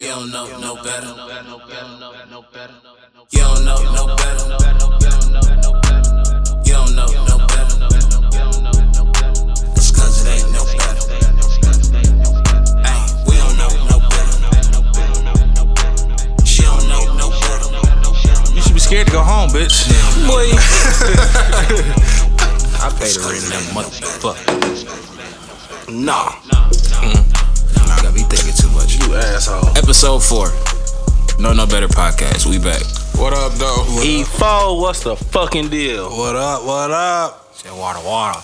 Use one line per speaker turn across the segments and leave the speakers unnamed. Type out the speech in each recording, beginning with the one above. don't know no better. You don't know no better. You don't know no better. It's cause it ain't no better. Ayy, we don't know no better. She don't know no better.
You should be scared to go home, bitch. Boy. I paid the rent in that motherfucker.
Nah. Got me thinking too much. You asshole.
Episode four. No, no better podcast. We back.
What up, though?
E4, E what's the fucking deal?
What up? What up?
Say water, water.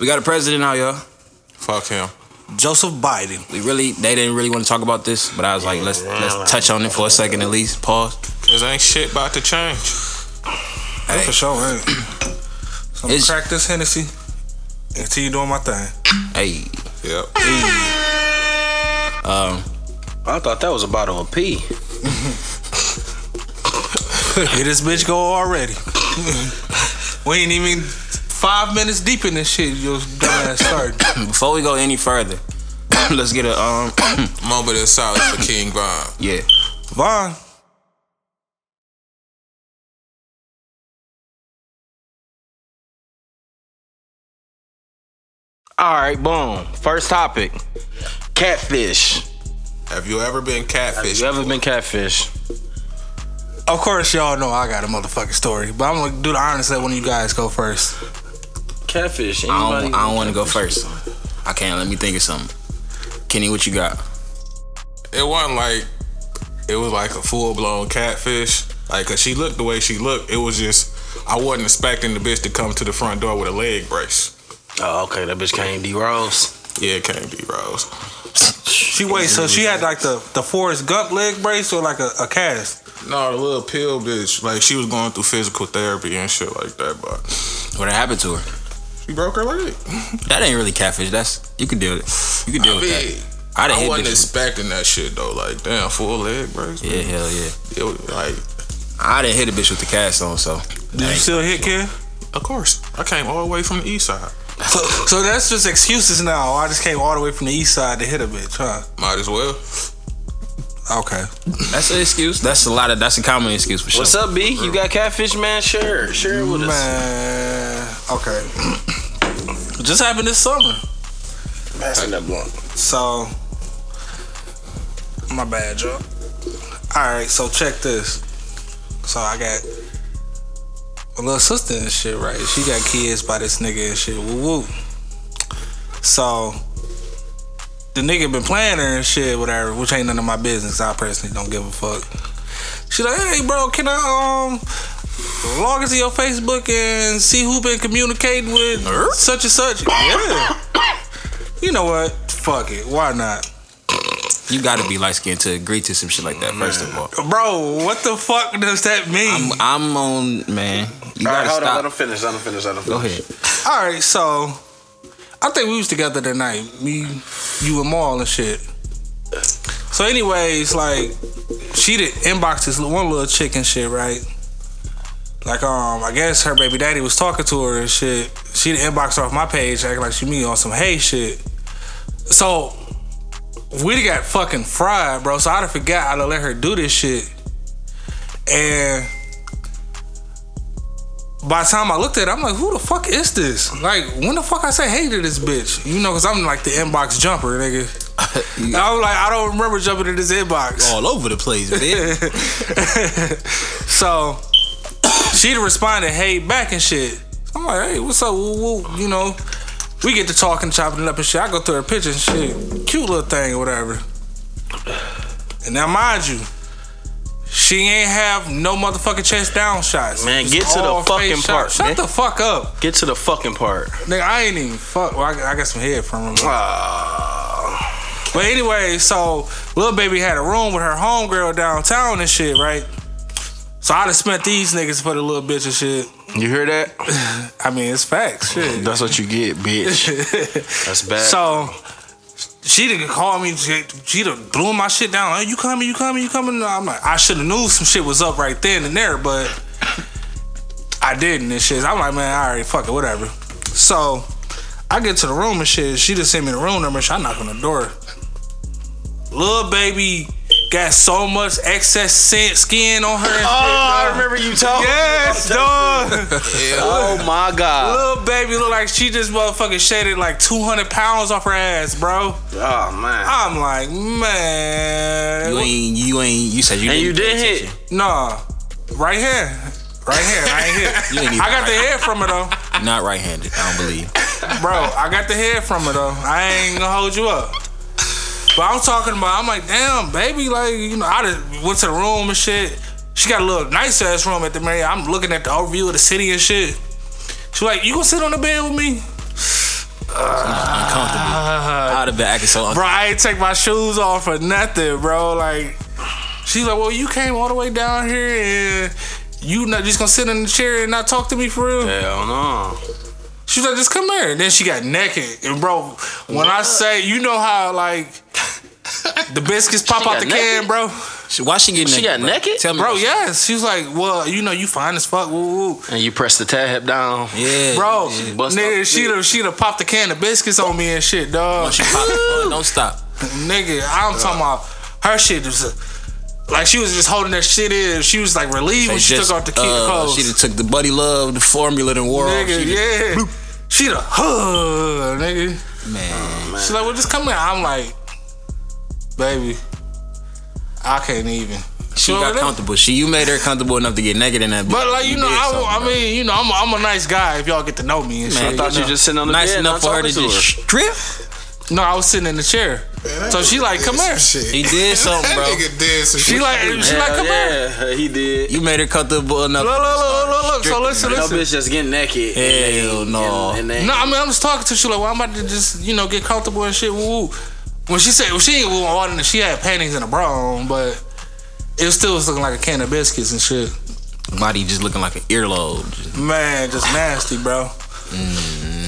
We got a president out, y'all.
Fuck him.
Joseph Biden.
We really, they didn't really want to talk about this, but I was like, let's let's touch on it for a second at least. Pause.
Cause ain't shit about to change.
Hey,
For sure, hey. So I'm
It's-
crack this Hennessy and continue doing my thing.
hey.
Yep.
Um,
I thought that was a bottle of pee.
Here this bitch go already.
We ain't even five minutes deep in this shit. Your dumb ass started.
before we go any further, let's get a um,
Moment of silence for King Von.
yeah.
Vaughn.
All right, boom. First topic catfish.
Have you ever been catfished?
You ever been catfish?
Of course, y'all know I got a motherfucking story, but I'm gonna do the honors. Let one of you guys go first.
Catfish.
I
Anybody?
don't, I don't want to go first. I can't. Let me think of something. Kenny, what you got?
It wasn't like it was like a full blown catfish. Like, cause she looked the way she looked. It was just I wasn't expecting the bitch to come to the front door with a leg brace.
oh, okay. That bitch came D Rose.
Yeah, it can't be Rose.
She wait, so she had like the the Forrest Gump leg brace or like a, a cast.
No, the little pill bitch. Like she was going through physical therapy and shit like that, but
What happened to her?
she broke her leg.
That ain't really catfish. That's you can deal with it. You can deal
I
with
mean,
that. I done
I
hit
wasn't
bitches.
expecting that shit though. Like, damn, full leg brace.
Yeah, hell yeah.
It was like,
I didn't hit a bitch with the cast on, so
Did you still hit kid?
of course, I came all the way from the east side.
So, so that's just excuses now. I just came all the way from the east side to hit a bitch, huh?
Might as well.
Okay.
that's an excuse. That's a lot of. That's a common excuse for sure.
What's up, B? You got catfish, man? Sure. Share it with us.
Man. Okay. just happened this summer.
Passing that blunt.
So, my bad, y'all. All right, so check this. So I got a little sister and shit, right? She got kids by this nigga and shit. Woo woo. So the nigga been playing her and shit, whatever, which ain't none of my business. I personally don't give a fuck. She like, hey, bro, can I um log into your Facebook and see who been communicating with such and such? Yeah. You know what? Fuck it. Why not?
You gotta be light skinned to agree to some shit like that. First of all,
Bro, what the fuck does that mean?
I'm, I'm on man. You
All
gotta
right, hold on.
stop.
Let him finish. Let him finish. Let him
Go
finish.
ahead.
All right, so I think we was together that night. Me, you, and Maul and shit. So, anyways, like she did inbox this li- one little chick and shit, right? Like, um, I guess her baby daddy was talking to her and shit. She did inbox her off my page, acting like she me on some hey shit. So we done got fucking fried, bro. So I done forgot I done let her do this shit. And by the time I looked at it, I'm like, who the fuck is this? Like, when the fuck I say hey to this bitch? You know, because I'm like the inbox jumper, nigga. And I'm like, I don't remember jumping in this inbox.
All over the place, man.
so she responded, hey, back and shit. I'm like, hey, what's up? Woo, woo. You know, we get to talking, chopping it up and shit. I go through her picture and shit. Cute little thing or whatever. And now, mind you, she ain't have no motherfucking chest down shots.
Man,
It's
get to the
all face
fucking
shots.
part,
Shut
man.
the fuck up.
Get to the fucking part.
Nigga, I ain't even fuck. Well, I, got- I got some head from him.
Ah.
But anyway, so little baby had a room with her homegirl downtown and shit, right? So I done spent these niggas for the little bitch and shit.
You hear that?
I mean, it's facts, shit.
That's what you get, bitch. That's bad.
So she didn't call me. She, she done blew my shit down. Like, you coming? You coming? You coming? I'm like, I should have knew some shit was up right then and there, but I didn't and shit. I'm like, man, all right, fuck it, whatever. So I get to the room and shit. She just sent me the room number. and shit. I knock on the door. Little baby got so much excess scent- skin on her. and shit,
Oh,
Oh.
I
dog.
remember you talking.
Yes, dog.
Oh my god.
Little baby look like she just motherfucking shaded like 200 pounds off her ass, bro.
Oh man.
I'm like, man.
You ain't. You ain't. You said you.
And you
pay
did hit.
attention.
Nah, right here, right here. I ain't
You
here.
ain't even
I got the
right.
head from it though,
Not right-handed. I don't believe.
bro. I got the head from it though. I ain't gonna hold you up. But I'm talking about. I'm like, damn, baby. Like, you know, I just went to the room and shit. She got a little nice ass room at the Marriott. I'm looking at the overview of the city and shit. She's like, you gonna sit on the bed with me,
Uncomfortable. I'd have been acting so. Un-
bro? I ain't take my shoes off or nothing, bro. Like, she's like, well, you came all the way down here and you not just gonna sit in the chair and not talk to me for real?
Hell no.
She was like, just come here. And then she got naked. And bro, when I say, you know how like the biscuits pop
She
out
got
the can,
naked?
bro.
Mm. Why she getting?
She got
bro?
naked?
Tell me,
Bro, yes. She was like, well, you know, you fine as fuck. Woo, woo.
And you press the tab down.
Yeah,
Bro,
bust
nigga,
out
she'd have, she'd have popped a can of biscuits on me and shit, dog.
She pop- uh, don't stop.
Oh, nigga, I'm talking about her shit was like she was just holding that shit in. She was like relieved when
They
she
just,
took off the kid
uh,
clothes.
She done took the buddy love, the formula, and wore off.
nigga,
She done-
yeah. She the huh, nigga.
man.
She's like, well, just come here. I'm like, baby, I can't even.
She
over
got
there.
comfortable. She, you made her comfortable enough to get naked in that.
But
bitch.
like you know,
did something,
I, I
bro.
mean, you know, I'm a, I'm a nice guy. If y'all get to know me and
Man,
shit,
I thought you
know.
just sitting on the
nice
bed.
enough
not
for her to
talking
just
her.
strip.
no, I was sitting in the chair. So she like, come here.
He did something,
that
bro.
nigga did some
She
shit.
like, she like,
Hell
come here.
yeah, he did.
You made her comfortable enough.
Look, look, look, look, look. So
Strictly,
listen,
No
listen.
bitch just getting naked.
Hell no.
And, then
No, I mean, I'm just talking to she like, well, I'm about to just you know get comfortable and shit. Woo. woo. When she said well, she ain't well, all in the- she had panties and a bra on, but it still was looking like a can of biscuits and shit.
Body just looking like an earlobe.
Man, just nasty, bro.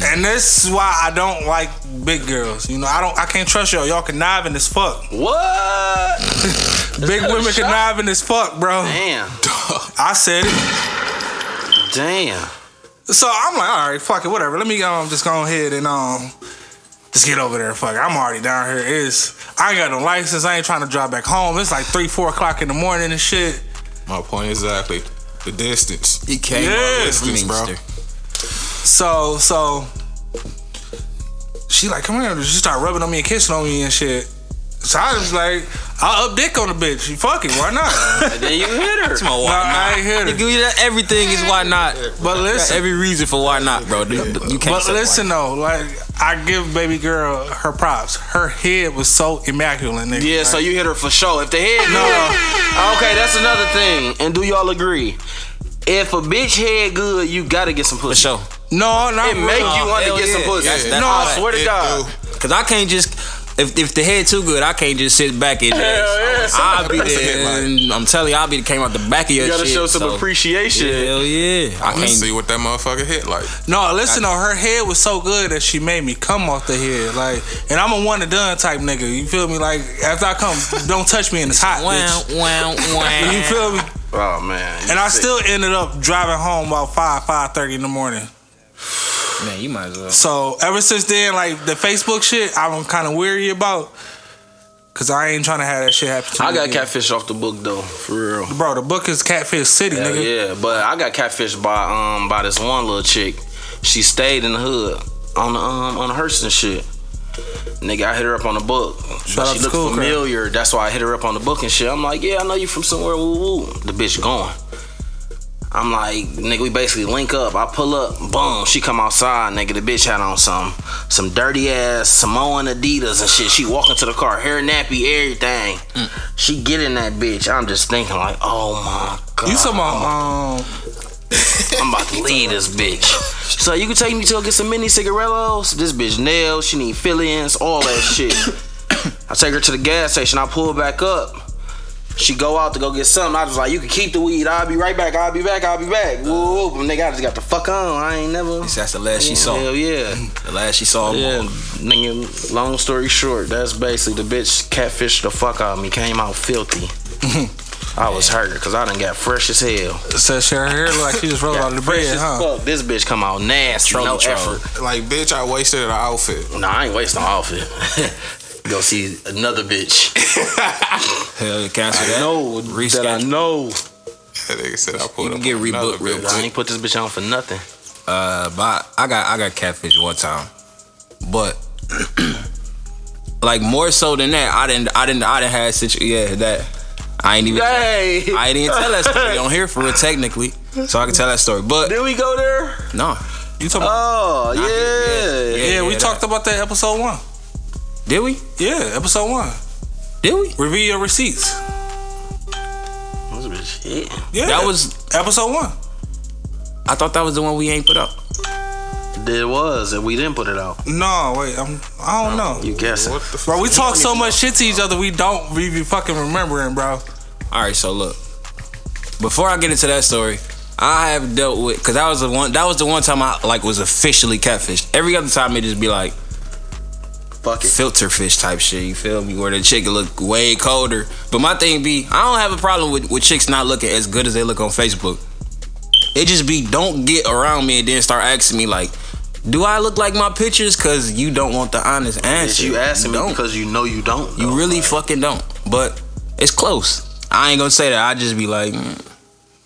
And this is why I don't like big girls. You know, I don't, I can't trust y'all. Y'all conniving as fuck.
what?
Big
that a
women
shot?
conniving as fuck, bro.
Damn.
I said it.
Damn.
So I'm like, all right, fuck it, whatever. Let me um, just go ahead and um, just get over there. Fuck, it. I'm already down here. It's I ain't got no license. I ain't trying to drive back home. It's like three, four o'clock in the morning and shit.
My point exactly. The distance.
He came
Yes,
from
this, bro.
Inkster.
So, so she like, come here. She start rubbing on me and kissing on me and shit. So I was like, I'll up dick on the bitch. Fuck it, why not?
And then you hit her.
Come on,
no,
why
I ain't
not?
hit her.
Nigga, that- Everything is why not.
But
That's
listen,
every reason for why not, bro. You you can't.
but
say why
listen though, like I give baby girl her props. Her head was so immaculate, nigga.
Yeah, so you hit her for sure. If the head
No.
no. Okay, that's another thing. And do y'all agree? If a bitch head good, you gotta get some
not. for
pussy.
sure.
no, not
It make
really.
you want to
hell
get some
yeah.
pussy.
That's- that's
no, I
right.
swear to
It
God.
do.
Cause I can't just if if the head too good, I can't just sit back and just, I'll be there. And I'm telling you, I'll be came out the back of your
You gotta
shit,
show some
so-
appreciation.
Hell yeah, I
Let's see
can't.
what that motherfucker hit like.
No, listen though, her head was so good that she made me come off the head. Like, and I'm a one and done type nigga. You feel me? Like, after I come, don't touch me in this hot
Wow,
bitch.
wow, wow.
You feel me?
Oh man. you
And I
sick.
still ended up driving home about five, five thirty in the morning.
Man, you might as well.
So ever since then, like the Facebook shit, I'm kind of weary about, cause I ain't trying to have that shit happen to
I
me
got
again.
catfish off the book though, for real.
Bro, the book is Catfish City,
Hell
nigga.
yeah, but I got catfished by um by this one little chick. She stayed in the hood on the um on the hearse and shit. Nigga, I hit her up on the book.
Shout out
she
to
looked
School Crowd.
familiar. That's why I hit her up on the book and shit. I'm like, yeah, I know you from somewhere. Woo woo. The bitch gone. I'm like, nigga, we basically link up. I pull up, boom. She come outside, nigga. The bitch had on some some dirty ass Samoan Adidas and shit. She walk into the car, hair nappy, everything.
Mm.
She get in that bitch. I'm just thinking like, oh my god.
You talking about um?
I'm about to leave this bitch. So you can take me to go get some mini cigarillos. This bitch nails. She need fill-ins, all that shit. I take her to the gas station. I pull back up. She go out to go get something. I was like, you can keep the weed. I'll be right back. I'll be back. I'll be back. Woo, woo. Nigga, I just got the fuck on. I ain't never.
That's the last she saw.
Hell yeah.
The last she saw.
Yeah, nigga. Long story short, that's basically the bitch catfished the fuck out of me. Came out filthy. I was hurt because I done got fresh as hell.
Said she her hair look like she just rolled out of the
Fresh
bread,
as
huh?
fuck. This bitch come out nasty.
Trolley
no
troll.
effort.
Like, bitch, I wasted an outfit.
Nah, I ain't wasting no outfit. Go see another bitch.
Hell, you cancel that.
No,
Reschedule.
that I know.
That nigga said I
You
pulled
can
up
get
on another
rebooked real
bitch.
I ain't put this bitch on for nothing.
Uh, but I got I got catfish one time, but like more so than that, I didn't I didn't I didn't have such yeah that I ain't even
Hey,
I didn't tell that story on here for it technically, so I can tell that story. But
did we go there?
no,
You talking about?
Oh yeah.
yeah, we
that-
talked about that episode one.
Did we?
Yeah, episode one.
Did we?
Review your receipts.
This bitch hit.
Yeah,
That was
episode one.
I thought that was the one we ain't put up.
There was, and we didn't put it out.
No, wait, I'm, I don't know.
You guessing?
What the fuck?
Bro, we talk so much shit to each other, we don't we be fucking remembering, bro.
All right, so look. Before I get into that story, I have dealt with because that was the one that was the one time I like was officially catfished. Every other time it just be like
Fuck it.
filter fish type shit. You feel me? Where the chick look way colder. But my thing be, I don't have a problem with with chicks not looking as good as they look on Facebook. It just be don't get around me and then start asking me like, do I look like my pictures? Cause you don't want the honest
Bitch,
answer.
you asking me
don't.
because Oh you know you don't.
You
though.
really fucking don't. But it's close. I ain't gonna say that. I just be like, "Mm,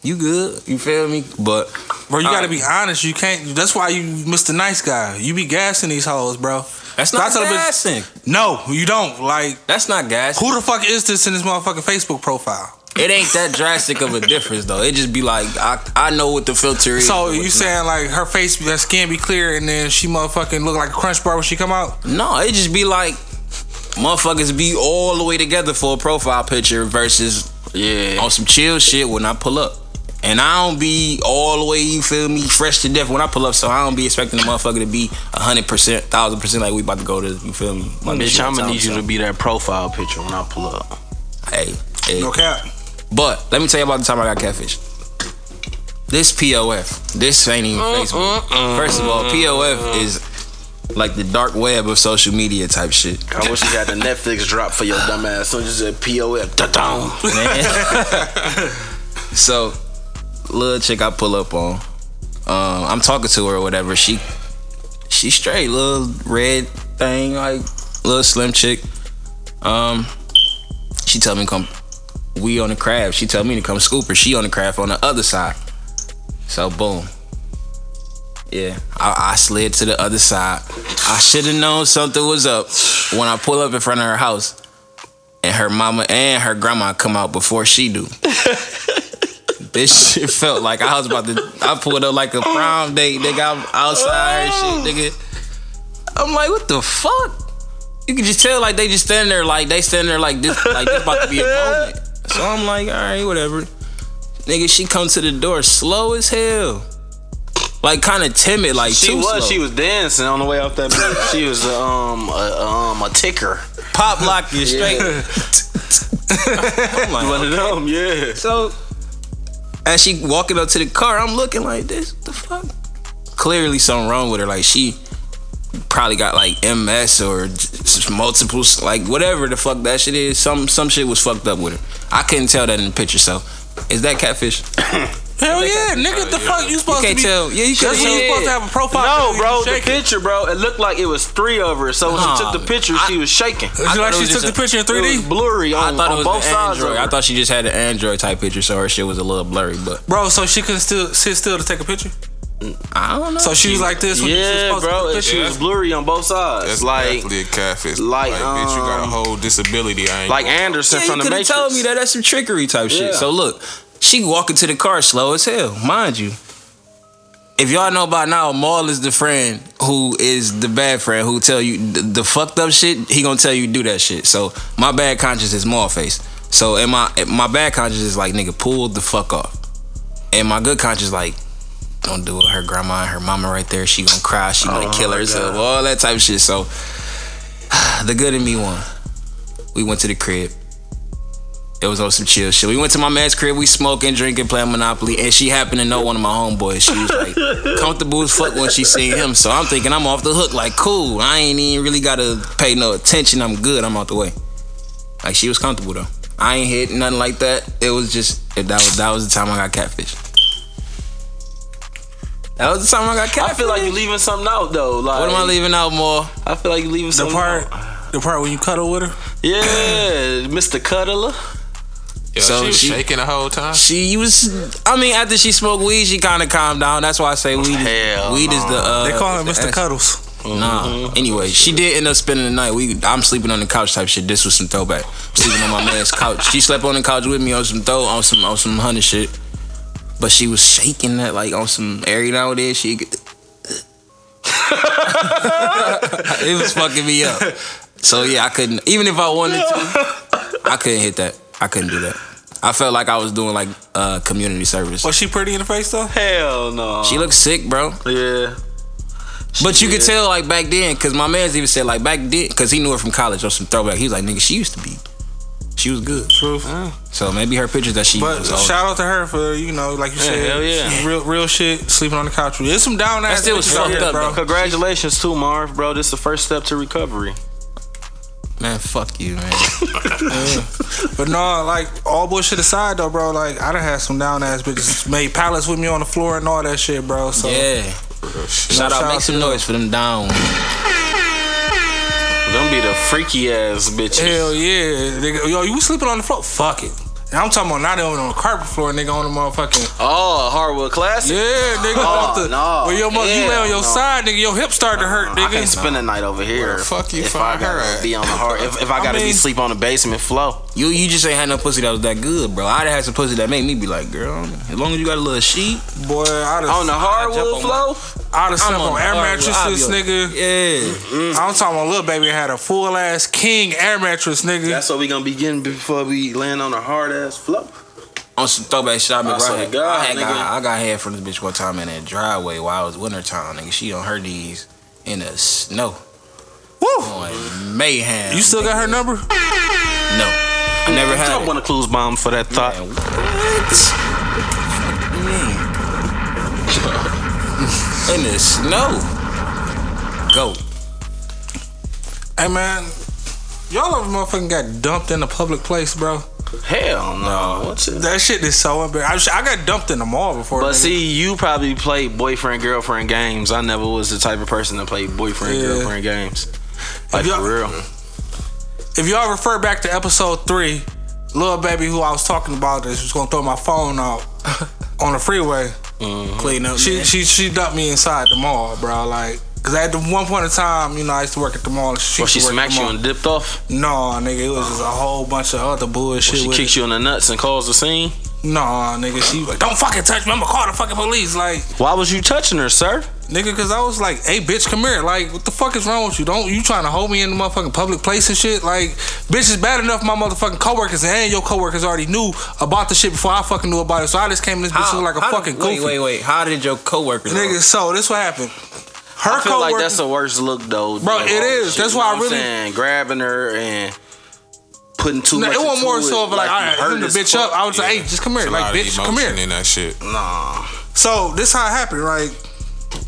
you good? You feel me? But
Bro, you
I-
gotta be honest. You can't that's why you Mr. Nice Guy. You be gassing these hoes, bro.
that's
So I
not
tell a bitch-
gassing.
No, you don't. Like,
That's not gassing.
who the fuck is this in this motherfucking Facebook profile?
It ain't that drastic of a difference though. It just be like I I know what the filter is.
So
and
you
what's
saying like her face her skin be clear and then she motherfucking look like a crunch bar when she come out?
not. no? It just be like motherfuckers be all the way together for a profile picture versus
Yeah.
on some chill shit when I pull up. And I don't be all the way, you feel me, fresh to death when I pull up. So I don't be expecting the motherfucker to be hundred percent, thousand percent like we about to go to. You feel me? Like, this
Bitch,
shit
I'm
time,
gonna need you
so-
to be that profile picture when I pull up.
Hey, hey.
No cap.
But let me tell you about the time I got catfish. This POF, this ain't even Facebook. First of all, POF is like the dark web of social media type shit.
I wish you had the Netflix drop for your dumb ass. So just said POF. Da-dum.
man. so, little chick I pull up on, um, I'm talking to her or whatever. She, she straight, little red thing, like little slim chick. Um, she tell me come, we on the craft. She tell me to come scoop her. She on the craft on the other side. So boom. Yeah, I, I slid to the other side. I should have known something was up when I pull up in front of her house and her mama and her grandma come out before she do. This shit felt like I was about to. I pulled up like a prom date, nigga. I'm outside and shit, nigga. I'm like, what the fuck? You can just tell, like they just stand there, like they stand there, like this, like this about to be a moment. So I'm like, all right, whatever. Nigga, she come to the door slow as hell, like kind of timid, like
She
too
was.
slow.
She was dancing on the way off that. bitch. she was um a, um a ticker.
pop lock you straight. I'm like,
One of them. Yeah.
So as she walking up to the car, I'm looking like this. What the fuck? Clearly something wrong with her. Like she probably got like MS or just multiple like whatever the fuck that shit is. Some some shit was fucked up with her. I couldn't tell that in the picture. So is that catfish?
Hell yeah, nigga, the fuck you supposed
can't
to be
tell. Yeah, you
That's
can't
when you
tell.
supposed to have a profile.
No, bro, the
Shaking.
picture, bro. It looked like it was three of her. So when
Nah,
she took the picture,
I-
she was shaking.
Is
I
it
thought
like
it
she
was
took
just
the
a-
picture in
It
3D?
was blurry on,
I thought
on
it
both
was an
sides.
Android.
Of her.
I thought she just had an Android type picture, so her shit was a little blurry. But
Bro, so she couldn't still sit still to take a picture.
I don't know.
So she was like this when she was
yeah,
supposed
bro.
to
It,
take a
she
picture.
was blurry on both sides.
That's
like
definitely a catfish.
like,
Like, bitch, you got a
um,
whole disability. I ain't
like
gonna-
Anderson
yeah,
from
you
the
could have
Matrix.
told me that. That's some trickery type shit.
Yeah.
So look, she walking to the car slow as hell, mind you. If y'all know by now, Maul is the friend who is the bad friend who tell you the, the fucked up shit. He gonna tell you do that shit. So my bad conscience is Maul face. So and my my bad conscience is like nigga pull the fuck off, and my good conscience like don't do it. Her grandma and her mama right there. She gonna cry. She
Oh
gonna kill herself. All that type of shit. So the good in me won. We went to the crib. It was on some chill shit. We went to my man's crib. We smoking, drinking, playing Monopoly, and she happened to know one of my homeboys. She was like comfortable as fuck when she seen him. So I'm thinking I'm off the hook. Like cool. I ain't even really gotta pay no attention. I'm good. I'm out the way. Like she was comfortable though. I ain't hit nothing like that. It was just that was that was the time I got catfished. That was the time I got catfished.
I feel like you're leaving something out though. Like
What am I leaving out more?
I feel like you're leaving
The
something
part
out.
The part when you cuddle with her?
Yeah, Mr. Cuddler.
Yo,
So
she was
she-
shaking the whole time.
She was. I mean, after she smoked weed, she kind of calmed down. That's why I say weed.
Hell
Is, weed is the. Uh,
They call him
is the
Mr.
answer.
Cuddles.
Nah. Anyway, she did end up spending the night. We, I'm sleeping on the couch type shit. This was some throwback. I'm sleeping on my man's couch. She slept on the couch with me on some throw on some on some hunter shit. But she was shaking that like on some every now and then she. could- it was fucking me up. So yeah, I couldn't. Even if I wanted to, I couldn't hit that. I couldn't do that. I felt like I was doing like uh, community service.
Was she pretty in the face though?
Hell no.
She looked sick, bro.
yeah.
But you could tell like back then, cause my man's even said like back then, cause he knew her from college or some throwback. He was like, nigga, she used to be, she was good.
Truth.
So maybe her pictures that she
But
was old.
shout out to her for you know, like you said,
hell yeah.
she real real shit. Sleeping on the couch. with you. It's some down ass.
still was
pictures out
fucked
here,
up, though.
Congratulations to Marv, bro. This is the first step to recovery.
man, fuck you, man.
But no, like all bullshit aside though, bro. Like I done had some down ass bitches made pallets with me on the floor and all that shit, bro. So
yeah. Shout out,
shout
make
out
some noise for them down.
Them be the freaky ass bitches.
hell yeah, nigga. Yo, you sleeping on the floor? Fuck it. And I'm talking about not even on the carpet floor, nigga, on the motherfucking
Oh, hardwood classic.
yeah, nigga.
Oh,
off the,
no.
Where your mother, you
Hell
lay on your
no.
side, nigga. Your hip started to hurt,
I
nigga.
can't spend a night over here.
Where the fuck you
if I
find her
gotta
at?
be on the hard, if, if I gotta be
mean-
sleep on the basement floor.
You you just ain't had no pussy that was that good, bro. I'd have had some pussy that made me be like, girl, as long as you got a little sheet,
Boy, I done,
On the hardwood
jump on
floor?
I done slept on,
the
air
hard- I'll be
mattresses,
like,
nigga.
Yeah.
Mm.
I'm talking about little baby had a full ass king air mattress, nigga.
That's what we gonna be getting before we land on the hard ass floor.
On some throwback shit, I remember
swear
I,
to
had,
God,
I, had
nigga.
got, I got head from this bitch one time in that driveway while I was wintertime, nigga. She on her knees in the snow.
Woo!
on mayhem.
You still got her number?
No, I never had
I
it.
want a clues bomb for that thought.
Man, what? Fuck you mean? In the snow. Go.
Hey man, y'all ever motherfucking got dumped in a public place, bro?
Hell no. What's it?
That shit is so embarrassing. I got dumped in the mall before.
But
nigga.
see, you probably played boyfriend girlfriend games. I never was the type of person to play boyfriend
Yeah.
girlfriend games. Like
y'all-
for real.
if y'all refer back to episode three, little baby who I was talking about this was gonna throw my phone out on the freeway.
Mm-hmm.
Clean up.
She
man.
she she dumped me inside the mall, bro. Like, cause at the one point in time, you know, I used to work at the mall. And she
Well,
used
she
to work at
smacked
the
you
mall.
and dipped off.
No, nigga, it was just a whole bunch of other bullshit.
She
with it.
kicked you in the nuts and caused a scene.
Nah, nigga, she like, don't fucking touch me. I'm gonna call the fucking police. Like,
Why was you touching her, sir?
nigga, cause I was like, hey, bitch, come here. Like, what the fuck is wrong with you? Don't you trying to hold me in the motherfucking public place and shit? Like, bitch, it's bad enough my motherfucking coworkers and your coworkers already knew about the shit before I fucking knew about it. So I just came in this bitch look like a
how did-
fucking
wait,
goofy.
Wait, wait. How did your coworkers? know?
Nigga, so this what happened. Her
I feel
coworker,
like that's the worst look, though.
Bro,
like,
it
all
is.
this
That's
shit,
why
you
I
know what I'm
really-
saying? grabbing her and putting too
No,
much.
it was
into
more so of like,
you
all right,
hurt
him the
as
bitch
fuck.
up. I was like,
Yeah.
hey, just come here,
It's a
like,
lot of
bitch, come
emotion
here.
in that shit.
Nah.
So this how it happened. Like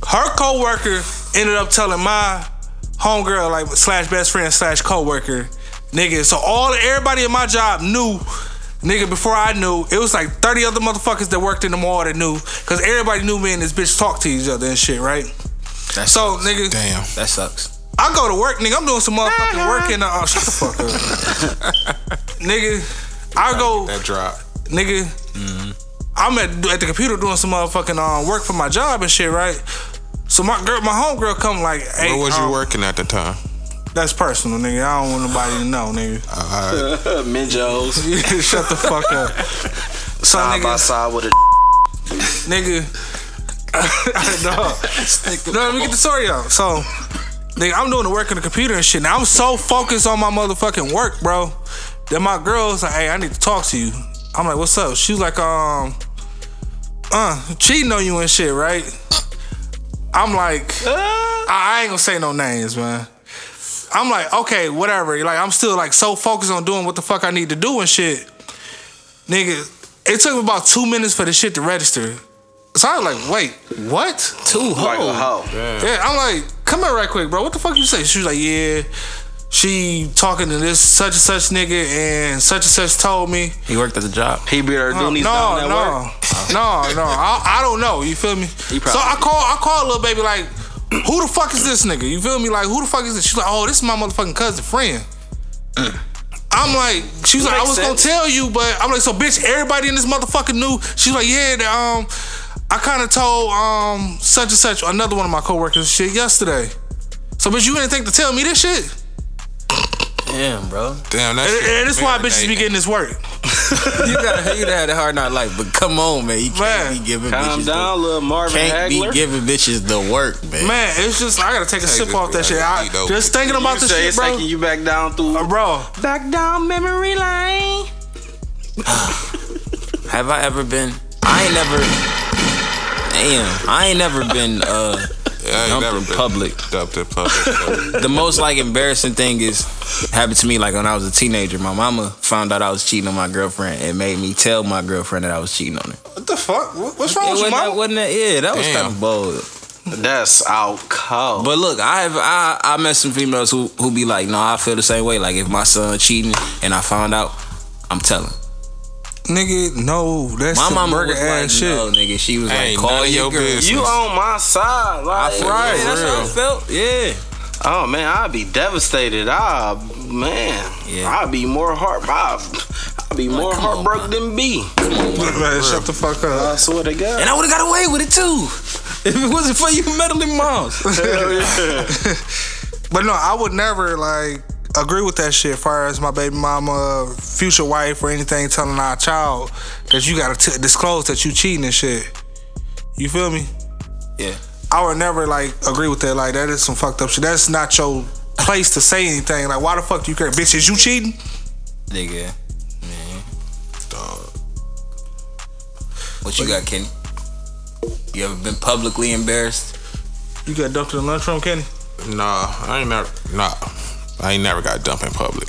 her coworker ended up telling my homegirl, like slash best friend slash coworker, nigga. So all everybody in my job knew. Nigga, before I knew, it was like 30 other motherfuckers that worked in the mall that knew. Cause everybody knew me and this bitch talked to each other and shit, right?
That
So, nigga,
Damn.
that sucks.
I go to work, nigga. I'm doing some motherfucking work in the. Oh, shut the fuck up. nigga, I go
That drop.
nigga.
Mm-hmm.
I'm at, at the computer doing some motherfucking um, work for my job and shit, right? So my girl, my homegirl, come like, hey,
Where was
um,
you working at the time?
That's personal, nigga. I don't want nobody to know, nigga.
Uh,
Minjos.
Shut the fuck up. So
Side by
nigga,
side with a.
nigga. no, no, let me get the story out. So, nigga, I'm doing the work on the computer and shit. Now I'm so focused on my motherfucking work, bro. That my girl's like, hey, I need to talk to you. I'm like, what's up? She's like, um, uh, cheating on you and shit, right? I'm like, I, I ain't gonna say no names, man. I'm like, okay, whatever. Like, I'm still like so focused on doing what the fuck I need to do and shit. Nigga, it took me about two minutes for the shit to register. So I was like, wait, what? Two
Like a hoe.
Yeah, I'm like, come here right quick, bro. What the fuck you say? She was like, yeah. She talking to this such and such nigga and such and such told me.
He worked at the job.
He beat her
No, no,
doonies down
no,
that
no,
work.
I, I don't know. You feel me? So
He probably-
I call, I call little baby like, who the fuck is this nigga? You feel me? Like, who the fuck is this? She's like, oh, this is my motherfucking cousin friend. I'm like, she was like, I
Mm. Makes
was gonna
sense.
tell you, but I'm like, so bitch, everybody in this motherfucker knew. She's like, yeah, the, um, I kind of told um such and such another one of my coworkers shit yesterday. So bitch, you didn't think to tell me this shit,
Damn, bro.
Damn, that's
and, and that's why bitches be getting this work.
You gotta, you gotta have a hard not life, but come on, man. You can't
Man,
be giving
Calm
bitches
down, little
the,
Marvin
can't be
Hagler.
giving bitches the work, man.
Man, it's just I gotta take a sip off that shit. I, just thinking about
You
this
say
shit,
it's
bro.
taking you back down through
Uh, bro,
back down memory lane.
Have I ever been? I ain't never. Damn, I ain't never been uh dumped in public.
Dumped in public.
The most like embarrassing thing is happened to me like when I was a teenager. My mama found out I was cheating on my girlfriend and made me tell my girlfriend that I was cheating on her.
what the fuck? What- What's
It
wrong with you,
wasn't, that,
mom?
wasn't that? Yeah, that was
Oh, Damn.
kind of bold.
That's out cold.
But look, I have I I met some females who who be like, no, I feel the same way. Like if my son cheating and I found out, I'm telling.
Nigga, no, that's
My
some
mama
burger
was
ass
like,
shit.
no, nigga. She was like,
Ain't
call
none of
your
your
girl.
business.
you on my side, like
I right, yeah, that's how I felt. Yeah.
Oh man, I'd be devastated. Ah man,
Yeah.
I'd be more heart. I'd, I'd be more
come on,
heartbroken than B.
Man, shut the fuck up.
I swear to God.
And I would have got away with it too. If it wasn't for you meddling moms.
Hell yeah.
But no, I would never like agree with that shit. As far as my baby mama, future wife, or anything telling our child that you gotta t- disclose that you cheating and shit. You feel me?
yeah.
I would never like agree with that. Like that is some fucked up shit. That's not your place to say anything. Like why the fuck do you care, bitch? Is you cheating?
Nigga. Man. What you got, Kenny? You ever been publicly embarrassed?
You got dumped in the lunchroom, Kenny.
nah, I ain't never. Nah, I ain't never got dumped in public.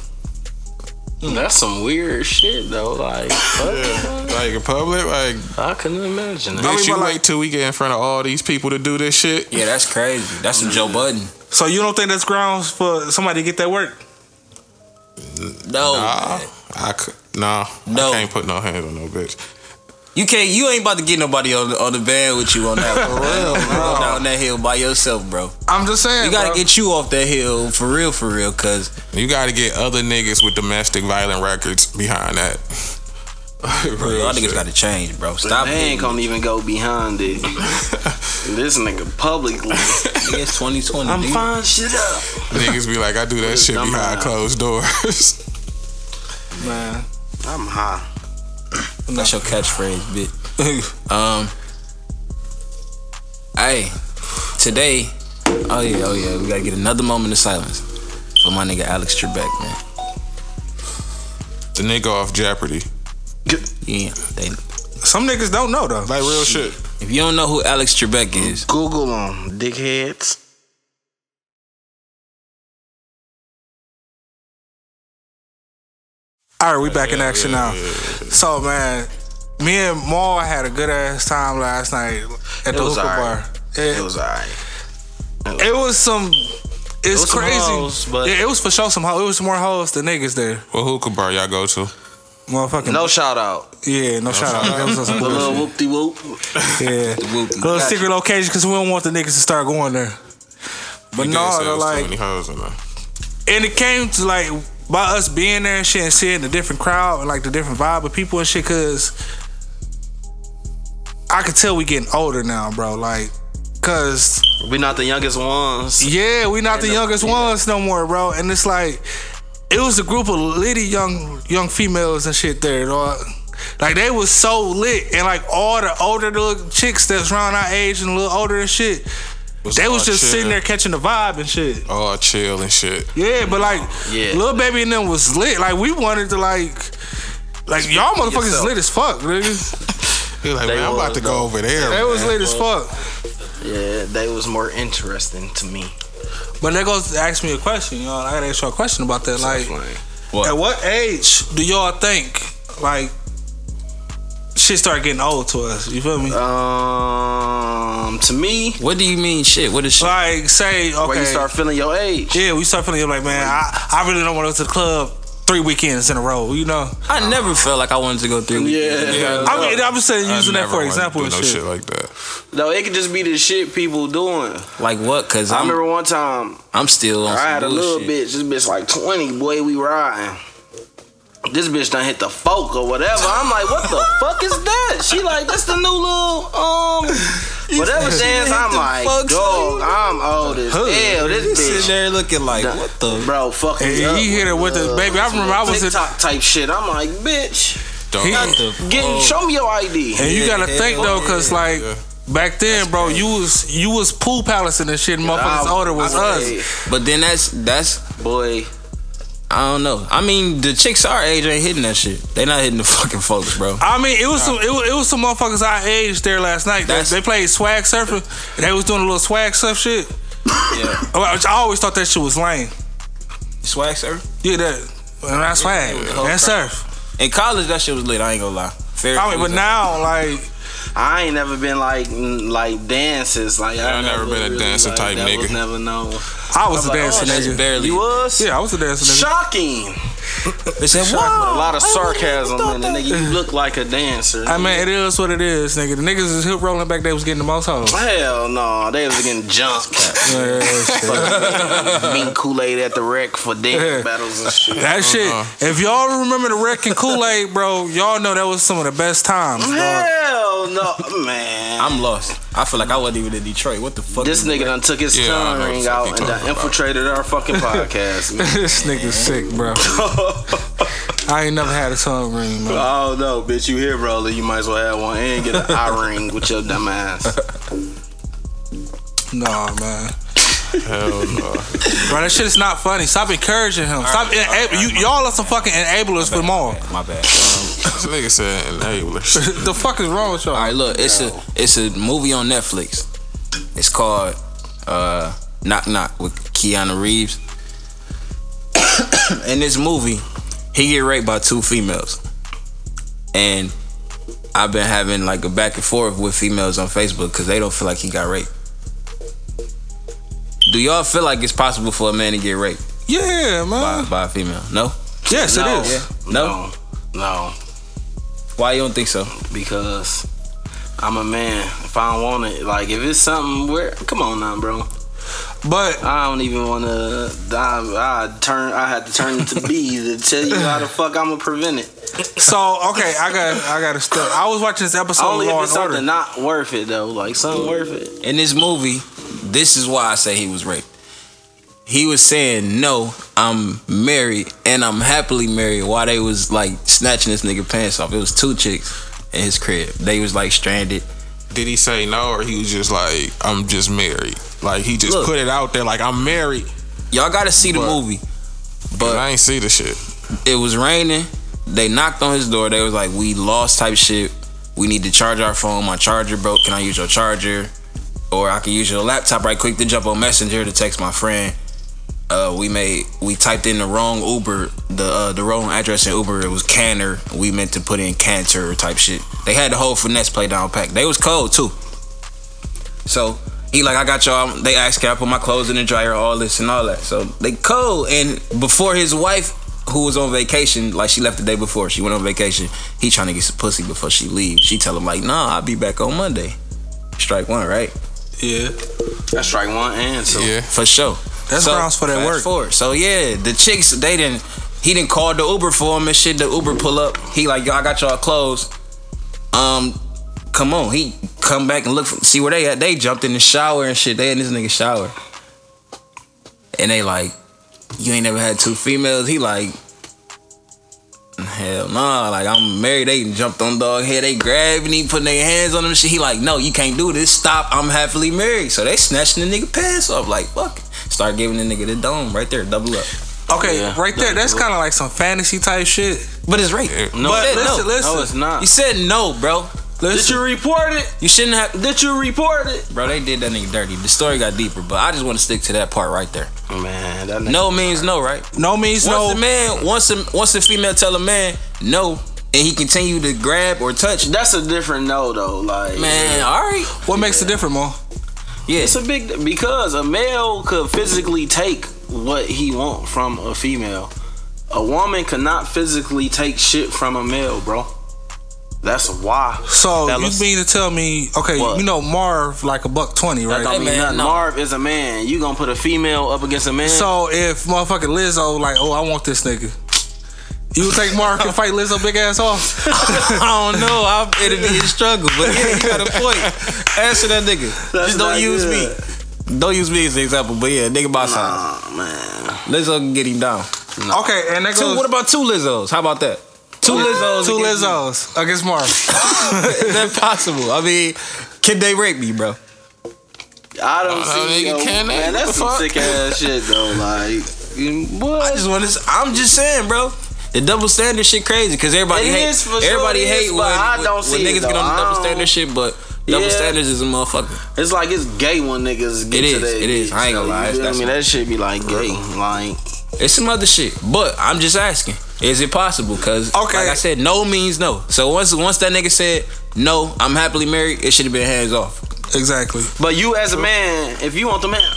Mm, That's some weird shit though. Like, fuck,
Like in public, like
I couldn't imagine it.
mean,
bitch, you
but, like-
wait till we get in front of all these people to do this shit.
Yeah, that's crazy. That's some Joe Budden.
So you don't think that's grounds for somebody to get that work? Oh,
No.
Nah,
man.
I could. Nah,
No.
I can't put no hands on no bitch.
You can't you ain't about to get nobody on the on the van with you on that for real, bro. Down that hill by yourself, bro.
I'm just saying.
You gotta
bro.
get you off that hill for real, for real, cause
You got to get other niggas with domestic violent records behind that.
bro, y'all
Real
niggas
shit.
gotta change, bro. Stop
Stop they
it.
ain't gonna even go behind it. this nigga publicly.
It's 2020.
I'm
dude.
fine shit up.
Niggas be like, I do that shit
dumb
behind
around.
closed doors.
man.
I'm high.
That's your catchphrase, bitch. um, hey, today, oh yeah, oh yeah, we gotta get another moment of silence for my nigga Alex Trebek, man.
the nigga off Jeopardy.
Yeah, they,
Some niggas don't know though.
Like real shit.
if you don't know who Alex Trebek is,
Google them, dickheads.
All right, we back in action now. So man, me and Maul had a good ass time last night at the
was
hookah
alright.
bar. It,
It was alright.
it was some. It's
was some
crazy.
hoes, but-
yeah, it was for sure some hoes. It was more hoes than niggas there.
What hookah bar y'all go to?
Motherfucking
No shout out.
yeah, no shout out. That was on some
The little
bullshit.
whoop de whoop.
Yeah,
whoop.
little secret location because we don't want the niggas to start going there. But
You did
no,
say
they're
there's too
like,
many hoes in there.
and it came to like by us being there and shit and seeing the different crowd and like the different vibe of people and shit because I could tell we getting older now, bro. Like, cause
We not the youngest ones.
yeah, we not the youngest ones no more, bro. And it's like it was a group of litty young young females and shit there, dog. Like they was so lit and like all the older little chicks that's around our age and a little older and shit. They was
all
just sitting
chilling.
there catching the vibe and shit.
all chill and shit.
Yeah, but like,
Yeah.
little baby and them was lit. Like we wanted to like, like y'all
for
motherfuckers is
yourself.
lit as fuck, nigga.
You're like,
They
man, I'm about
was,
to go
though.
over there.
They was
man.
lit as fuck.
Yeah, they was more interesting to me.
But that goes to ask me a question, y'all. I gotta ask y'all a question about that. Like, at what age do y'all think like shit start getting old to us? You feel me?
Uh, Um, to me,
what do you mean, shit? What is shit?
Like, say okay,
where you start feeling your age.
yeah, we start feeling like, man, I, I really don't want to go to the club. three weekends in a row, you know.
I never felt like I wanted to go through.
Yeah,
I mean, I'm just saying
I
using that
never
for
wanted to
example
do
and
no
shit.
shit like that.
No, it could just be the shit people doing.
Like what? Cause
I
I'm
remember one time
I'm still on.
I
some
had a little
bullshit.
bitch. This bitch like 20, boy, we riding. This bitch done hit the folk or whatever. I'm like, what the fuck is that? She like, that's the new little um whatever
said she
dance.
hit
I'm
the
like,
folk,
dog, I'm old as
Hood.
hell.
You
This
sitting
bitch,
there looking like what the?
bro, fuck
And
me up
he hit her with the baby. I remember I was in,
TikTok type shit. I'm like, bitch,
Don't.
He-
What the
get
fuck?
show me your ID.
and you gotta
Yeah,
think though, cause
yeah,
like back then, bro, you was you was pool palacing and shit. And motherfuckers
Nah,
older was
boy,
us.
But then that's that's
Boy,
I don't know. I mean, the chicks our age ain't hitting that shit. They not hitting the fucking folks, bro.
I mean, it was some it was, it was some motherfuckers our age there last night. They,
That's-
they played swag surfing. And they was doing a little swag surf shit.
Yeah,
Oh, I I always thought that shit was lame.
swag sir.
Yeah, that and that's swag.
yeah.
That's surf.
In college, that shit was lit. I ain't gonna lie. Fair
I mean, but
dues.
now like
I ain't never been like mm, like dances. Like
Yeah, I never been a dancer
like,
type
that
nigga.
Was never known.
I was a
oh,
dancing
that's
nigga.
barely.
You was
Yeah, I was a dancing nigga.
shocking.
They said,
With
Oh,
a
"Wow."
lot of sarcasm
thought
in it, nigga. You look like a dancer.
I mean, it is what it is, nigga. The niggas is hip rolling back. They was getting the most hoes.
Hell no, they was getting jumped.
Yeah, shit.
Mean Kool Aid at the wreck for dance battles and shit.
That shit.
Uh-huh.
If y'all remember the wreck and Kool Aid, bro, y'all know that was some of the best times. Bro.
Hell no, man.
I'm lost. I feel like I wasn't even in Detroit. What the fuck?
this
is
nigga done took his
Yeah, I
tongue
know what
ring
the fuck
out
he
and
talking
done
about.
infiltrated our fucking podcast. man.
this nigga's sick, bro. I ain't never had a tongue ring, man.
Oh no, bitch, you here, bro? You might as well have one and get an eye ring with your dumb ass.
Nah, man.
Hell no.
Bro, that shit is not funny. Stop encouraging him. Stop.
right, all
enab-
right,
you, y'all are some fucking enablers for more.
My bad.
This nigga said enablers.
The fuck is wrong with y'all?
All right, look, it's a it's a movie on Netflix. It's called uh, Knock Knock with Keanu Reeves. In this movie, he get raped by two females, and I've been having like a back and forth with females on Facebook because they don't feel like he got raped. Do y'all feel like it's possible for a man to get raped
Yeah,
by,
man.
by a female? No.
Yes, it
no,
is.
No?
no, no,
Why you don't think so?
because I'm a man. If I don't want it, like if it's something where, come on now, bro.
But
I don't even want to. I, I turn. I had to turn into B to tell you how the fuck I'm gonna prevent it.
so okay, I got I got a stuff. I was watching this episode of
Only if
Law
it's
and Order.
something not worth it though, like something worth it.
in this movie, this is why I say he was raped. He was saying, "No, I'm married and I'm happily married." While they was like snatching this nigga pants off, it was two chicks in his crib. They was like stranded.
Did he say no, or he was just like, I'm just married? Like he just
Look.
put it out there, like I'm married.
Y'all gotta see the
Right.
movie.
But I
But
ain't see the shit.
it was raining. They knocked on his door. They was like, "We lost," type shit. We need to charge our phone. My charger broke. Can I use your charger? Or I can use your laptop right quick to jump on Messenger to text my friend. Uh, we made we typed in the wrong Uber, the uh, the wrong address in Uber. It was Canner. We meant to put in Cantor type shit. They had the whole finesse play down pack. They was cold too. So he like, I got y'all. They asked, can I put my clothes in the dryer, all this and all that. So they cold. And before his wife, who was on vacation, like she left the day before, she went on vacation. He trying to get some pussy before she leave. She tell him like, nah, I'll be back on Monday. Strike one, right?
yeah,
That's like one answer.
Yeah.
For sure.
That's grounds for that
fast
work.
forward. So yeah, the chicks they didn't. He didn't call the Uber for him and shit. The Uber pull up. He like, y'all got y'all clothes. Um, come on. He come back and look for, see where they at. They jumped in the shower and shit. They in this nigga shower. And they like, you ain't never had two females. He like, hell nah. Like I'm married. They jumped on dog head. They grabbing him, putting their hands on him. and Shit. He like, no, you can't do this. Stop. I'm happily married. So they snatching the nigga pants off. Like fuck. it. Start giving the nigga the dome right there. Double up.
okay,
Yeah.
right there. That's kind of like some fantasy type shit.
But it's rape.
No,
But
it's
listen,
no,
listen.
no, it's not.
You said no, bro.
Uh. Did you report it?
You shouldn't have.
Did you report it?
Bro, they did that nigga dirty. The story got deeper, but I just want to stick to that part right there.
Man, that nigga-
No means no, right?
No means
Once
no.
a man, once a once a female tell a man no, and he continue to grab or touch,
That's a different no though. Like
man, all right,
What makes it different, Mo?
yeah.
It's a big because a male could physically take what he want from a female. A woman cannot physically take shit from a male, bro. That's why.
So
fellas.
you mean to tell me, okay,
What?
you know Marv like a buck twenty,
That
right?
don't
Hey,
mean
man,
nothing.
no.
Marv is a man. You gonna put a female up against a man?
So if motherfucking Lizzo like, oh, I want this nigga. You would think Marv can fight Lizzo big ass off?
I don't know. I'm, it'll be a struggle, but yeah, you got a point. Answer that nigga. Just
That's
don't
not
use me. Don't use me as an example, but yeah, nigga my size.
Aw, man.
Lizzo can get him down.
Okay, and that
Two,
goes
what about two Lizzos? How about that? Two Lizzos.
two
against me.
Lizzos against Marv.
Is that possible? I mean, can they rape me, bro?
I
Oh,
don't
know,
see.
nigga,
yo,
can they?
man, that's
The
some
fuck?
sick ass shit though. Like,
I
you- what?
just want to. I'm just saying, bro. The double standard shit crazy because everybody
It
hate.
is for sure
everybody
it
hate
is,
when,
but I
when-
don't
when
see it,
niggas get on the
though. I
double
don't-
standard shit, but double
Yeah.
standards is a motherfucker.
It's like it's gay when niggas get
It
to
is,
that
it is.
bitch,
I ain't gonna
though,
lie,
You feel
that's-
me? That shit be like gay. Like,
It's some other shit, but I'm just asking: Is it possible? Because
Okay.
like I said, no means no. So once once that nigga said no, I'm happily married. It should have been hands off.
Exactly.
but you as a man, if you want the man,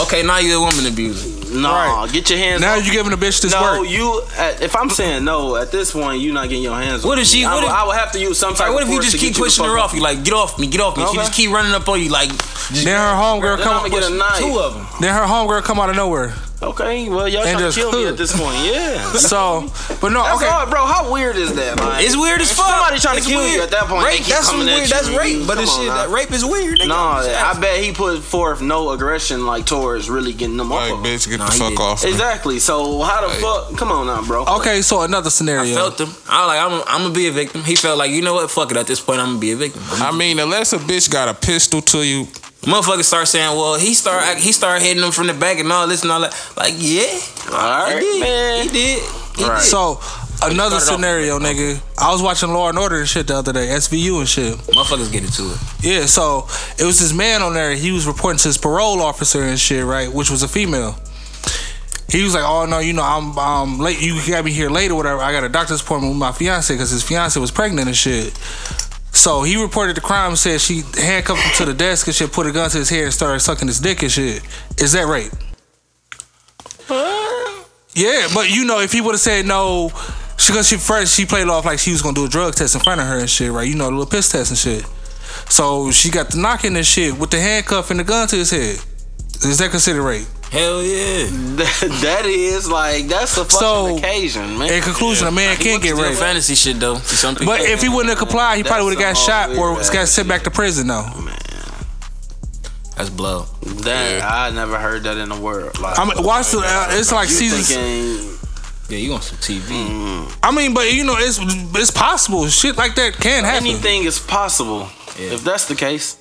Okay, now you're a woman abuser.
nah, get your hands.
Now you giving a bitch this
no,
work.
you. At, if I'm saying no at this point, you not getting your hands.
What
on
if
me.
she-
I,
what
would-
if-
I would have to use some type.
Like, what
of
if you
force
just
to
keep
get you the
pushing
fuck
her off? You like, get off me, get off me. She
Okay.
just keep running up on you, like just
Then her homegirl
Then
come.
I'ma get a knife.
two of them.
Then her homegirl come out of nowhere.
Okay, well y'all
And
trying to
just
kill me
hood.
at this point. Yeah.
So, but no,
That's
okay.
hard, bro. How weird is that? Like,
It's weird as fuck.
Somebody trying to
It's
kill you
weird.
at that point. They
Rape,
keep
that's some
coming at
weird.
you.
That's rape. But
Come
this
on
shit,
now.
that rape is weird.
No,
nigga. I'm just
I
asking.
bet he put forth no aggression like towards really getting them off.
Like,
of him.
bitch, get
Nah,
the
he
fuck
didn't.
off. me.
Exactly. So how the
Like-
fuck? Come on now,
Oh.
bro.
Okay, so another
I
scenario.
felt him. I like. I'm. I'm gonna be a victim. He felt like you know what? Fuck it. At this point, I'm gonna be a victim.
I mean, unless a bitch got a pistol to you,
Motherfuckers start saying, "Well, he start. act- He started hitting him from the back and all this and all that." Like, yeah,
All right,
he did.
man.
He did. He
Right.
did.
So another
off with
scenario, nigga. I was watching Law and Order and shit the other day, SVU and shit.
Motherfuckers get into it.
Yeah, so it was this man on there. He was reporting to his parole officer and shit, right? Which was a female. He was like, "Oh no, you know, I'm um late. You got me here late or whatever. I got a doctor's appointment with my fiance because his fiance was pregnant and shit." So he reported the crime. and Said she handcuffed him to the desk and shit, put a gun to his head and started sucking his dick and shit. Is that rape? Yeah, but you know, if he would have said no, because she first she played off like she was gonna do a drug test in front of her and shit, right? You know, a little piss test and shit. So she got the knocking and shit with the handcuff and the gun to his head. Is that considered rape?
Hell yeah.
That, that is like that's a fucking
So-
occasion, man.
In conclusion, a man can get
Still
raped.
fantasy shit though. To some people.
But if he wouldn't have complied, he probably would have got
That's
shot
some
or
weird
got
ass
sent back to prison though.
that's blow.
That I never heard that in the world. Like,
I mean, watch the. Uh, it's like
you
seasons.
thinking
Yeah, you on some TV.
I mean, but you know, it's it's possible. Shit like that can happen.
anything is possible?
Yeah.
If that's the case,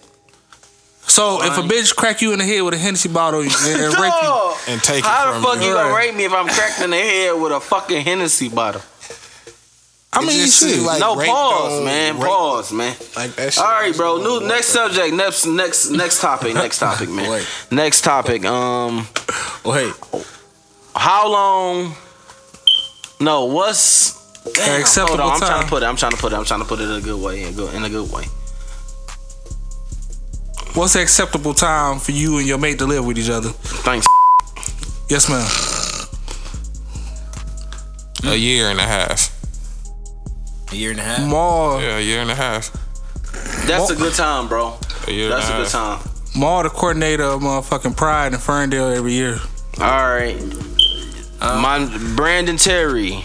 So if a bitch crack you in the head with a Hennessy bottle and, and rape you,
Dog,
and take it
How the
from
fuck
you.
you gonna
Right.
rape me if I'm cracked in the head with a fucking Hennessy bottle?
I mean,
just
shit.
seems like-
no
rape
pause,
don't-
man.
rape-
Pause, man.
like that shit.
All right, bro. New next subject. Next next next topic. Next topic, man.
Wait.
next topic. Um,
Wait.
how long? No, what's
An acceptable
Hold on, I'm
time.
trying to put it. I'm trying to put it. I'm trying to put it in a good way. In a good, in a good way.
What's the acceptable time for you and your mate to live with each other?
Thanks.
Yes, ma'am.
A year and a half.
A year and a half.
More,
Yeah, a year and a half.
That's a good time, bro.
A year
That's a
and a
good
half.
time.
more the coordinator of motherfucking Pride and Ferndale every year.
All right. My Brandon Terry.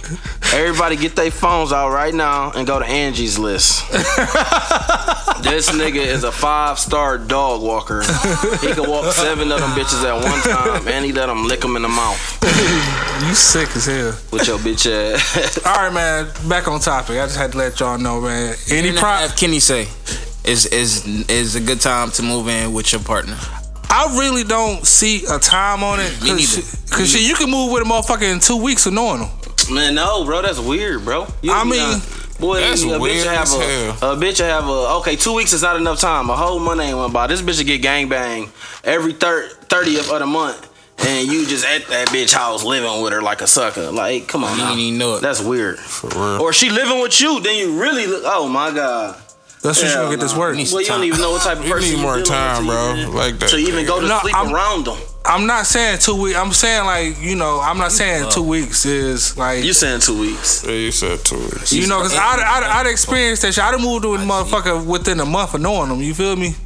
Everybody get their phones out right now and go to Angie's list. this nigga is a five star dog walker. He can walk seven of them bitches at one time and he let them lick them in the mouth
You sick as hell.
with your bitch ass.
All right, man. Back on topic. I just had to let y'all know, man.
Year
Any
and a
pride?
half, Kenny say, is is is a good time to move in with your partner.
I really don't see a time on it.
Me neither.
Because shit, you can move with a motherfucker in two weeks of knowing them.
Man, no, bro, that's weird, bro. You-
I mean,
boy,
that's
a bitch
weird
have
as
a,
hell.
a bitch have a okay. Two weeks is not enough time. A whole month ain't went by. This bitch will get gangbang every thir- thirtieth of the month, and you just at that bitch house living with her like a sucker. Like, come on,
You
now.
didn't even know it.
That's weird.
For real.
Or she living with you, then you really look. Oh my god.
That's when you
Hell
gonna get this
nah.
work.
Well, you don't even know what type of
You
person
need
you
more
dealing with
time,
till you
bro.
even-
Like that.
To even go to
No,
sleep
I'm-
around them.
I'm not saying two weeks. I'm saying like you know. I'm not saying two weeks is like
Uh. You saying two weeks?
Yeah, you said two weeks.
you know because I'd, I'd, I'd experienced that shit. I'd have moved to a motherfucker within a month of knowing them. You feel me?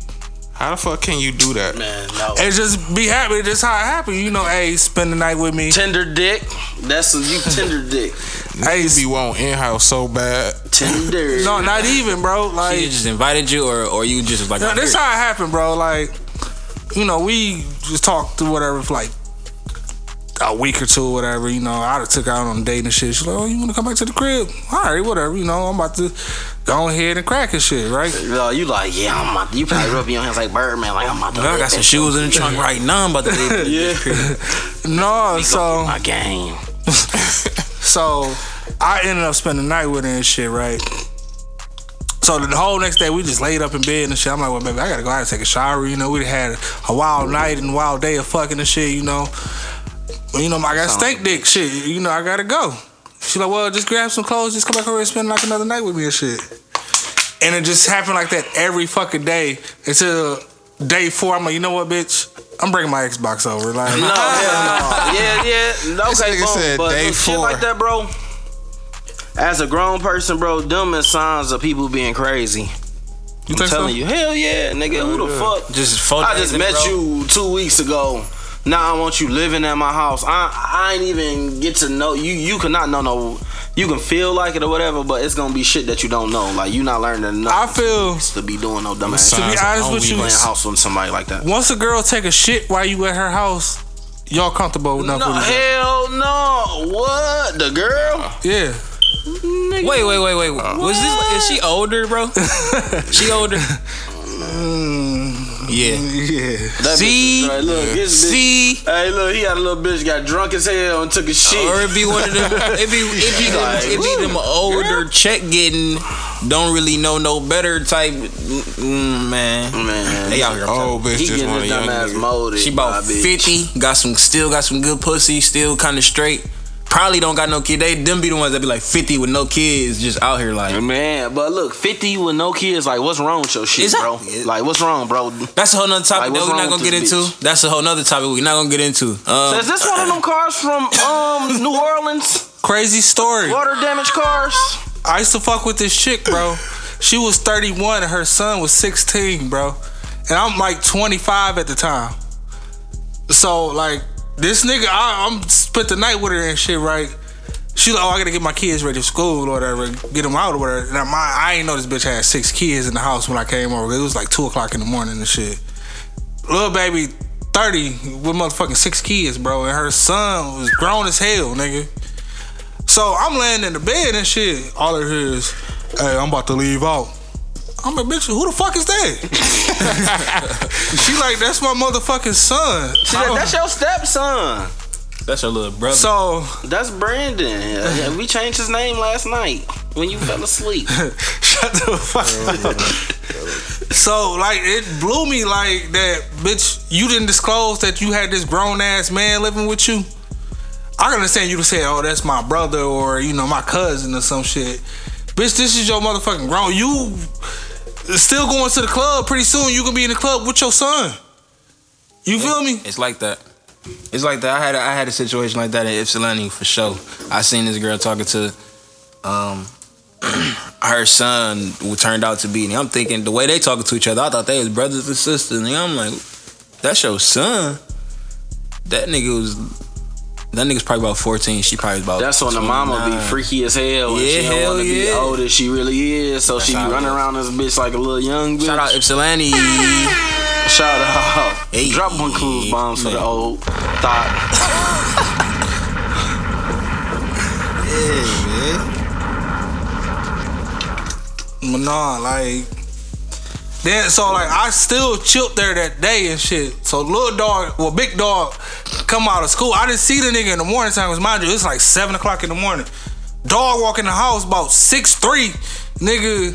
How the fuck can you do that?
Man, no.
And just be happy. That's how it happened. You know, hey, spend the night with me.
Tender dick. That's a, you tender dick.
Hey,
You want in house so bad.
Tender.
no, not even, bro. Like
She just invited you, or or you just like
No,
I'm
this
here.
how it happened, bro. Like, you know, we just talked to whatever for like a week or two, or whatever. You know, I done took her out on a date and shit. She's like, "Oh, you want to come back to the crib? All right, whatever. You know, I'm about to go ahead and crack and shit, right?
No, you like, yeah, I'm about you probably rubbing your hands like Birdman, like I'm about to.
I
lick
got some
that
shoes in the trunk right now. I'm about to leave.
No, so
My game.
so I ended up spending the night with her and shit, right? So the whole next day we just laid up in bed and shit. I'm like, well, baby, I gotta go out and take a shower. You know, we had a wild night and wild day of fucking and shit. You know, Well, you know, I got steak dick shit. You know, I gotta go. She like, well, just grab some clothes, just come back over and spend like another night with me and shit. And it just happened like that every fucking day until day four. I'm like, you know what, bitch, I'm bringing my Xbox over. Like,
No, yeah, yeah, no,
This
okay,
nigga
boom,
said
but
day
look, shit
four.
like that, bro. As a grown person, bro, dumb is signs of people being crazy.
you
I'm
think so?
telling you, hell yeah, nigga, who the fuck?
Just four
I
days
just
in a
met
row.
you two weeks ago. Now I want you living at my house. I I ain't even get to know you. You cannot know no. You can feel like it or whatever, but it's gonna be shit that you don't know. Like you not learning enough
I feel
to be doing no dumb ass.
to
shit.
be
Signs of
honest with you,
Playing house with somebody like that.
once a girl take a shit while you at her house, y'all comfortable enough
No,
with it?
hell no. What? The girl?
Yeah.
Wait, wait, wait, wait. Was this? Is she older, bro? she older. Yeah.
Yeah.
That
See?
bitch is right. Look, this bitch-
See,
Hey, look, he had a little bitch, got drunk as hell and took a shit.
or it be one of them. It be it be them, it be them older check getting, don't really know no better type. Mm, man,
Man.
they out here.
Oh, bitch,
he
just
getting
want a
his
young
dumb ass
nigga.
molded.
She about
my bitch.
fifty. Got some, still got some good pussy. Still kind of straight. Probably don't got no kid. They them be the ones that be like fifty with no kids, just out here like.
Man, but look, 50 with no kids, like, what's wrong with your shit,
Exactly.
bro? Like, what's wrong, bro?
That's a whole nother topic
Like,
that
what's
we're not
wrong
gonna
with
get
this
into.
bitch?
That's a whole nother topic we're not gonna get into. Um,
Is this one of them cars from um New Orleans?
Crazy story.
Water damage cars?
I used to fuck with this chick, bro. She was 31 and her son was 16, bro. And I'm like 25 at the time. So like this nigga, I, I'm spent the night with her and shit, right? She like, oh, I gotta get my kids ready for school or whatever, get them out or whatever. And I, my, I ain't know this bitch had six kids in the house when I came over. It was like two o'clock in the morning and shit. Little baby, thirty with motherfucking six kids, bro, and her son was grown as hell, nigga. So I'm laying in the bed and shit. All I hear is, "Hey, I'm about to leave out." I'm a bitch. Who the fuck is that? she like, that's my motherfucking son.
She like, that's your stepson.
that's her little brother.
So
That's Brandon. Yeah, we changed his name last night when you fell asleep.
shut the fuck up. So like it blew me like that bitch you didn't disclose that you had this grown ass man living with you. I can understand you to say, oh, that's my brother or you know, my cousin or some shit. Bitch, this is your motherfucking grown. You still going to the club pretty soon. You gonna be in the club with your son. You feel me?
It's like that. It's like that. I had a, I had a situation like that in Ypsilanti for sure. I seen this girl talking to, um, her son who turned out to be. And I'm thinking the way they talking to each other, I thought they was brothers and sisters. And I'm like, that's your son. That nigga was. That nigga's probably about 14. She probably was about.
That's when the mama be
29.
freaky as hell. And
Yeah,
she don't
hell
wanna be
yeah.
old as she really is. So she be
how it
running
is.
around this bitch like a little young bitch.
Shout out Ypsilanti.
Shout out.
Hey,
Drop one clues bombs for the
man.
old thought.
But nah, like then so like I still chilled there that day and shit. So little dog, well big dog, come out of school. I didn't see the nigga in the morning time. Cause mind you, it's like seven o'clock in the morning. Dog walk in the house about six three, nigga,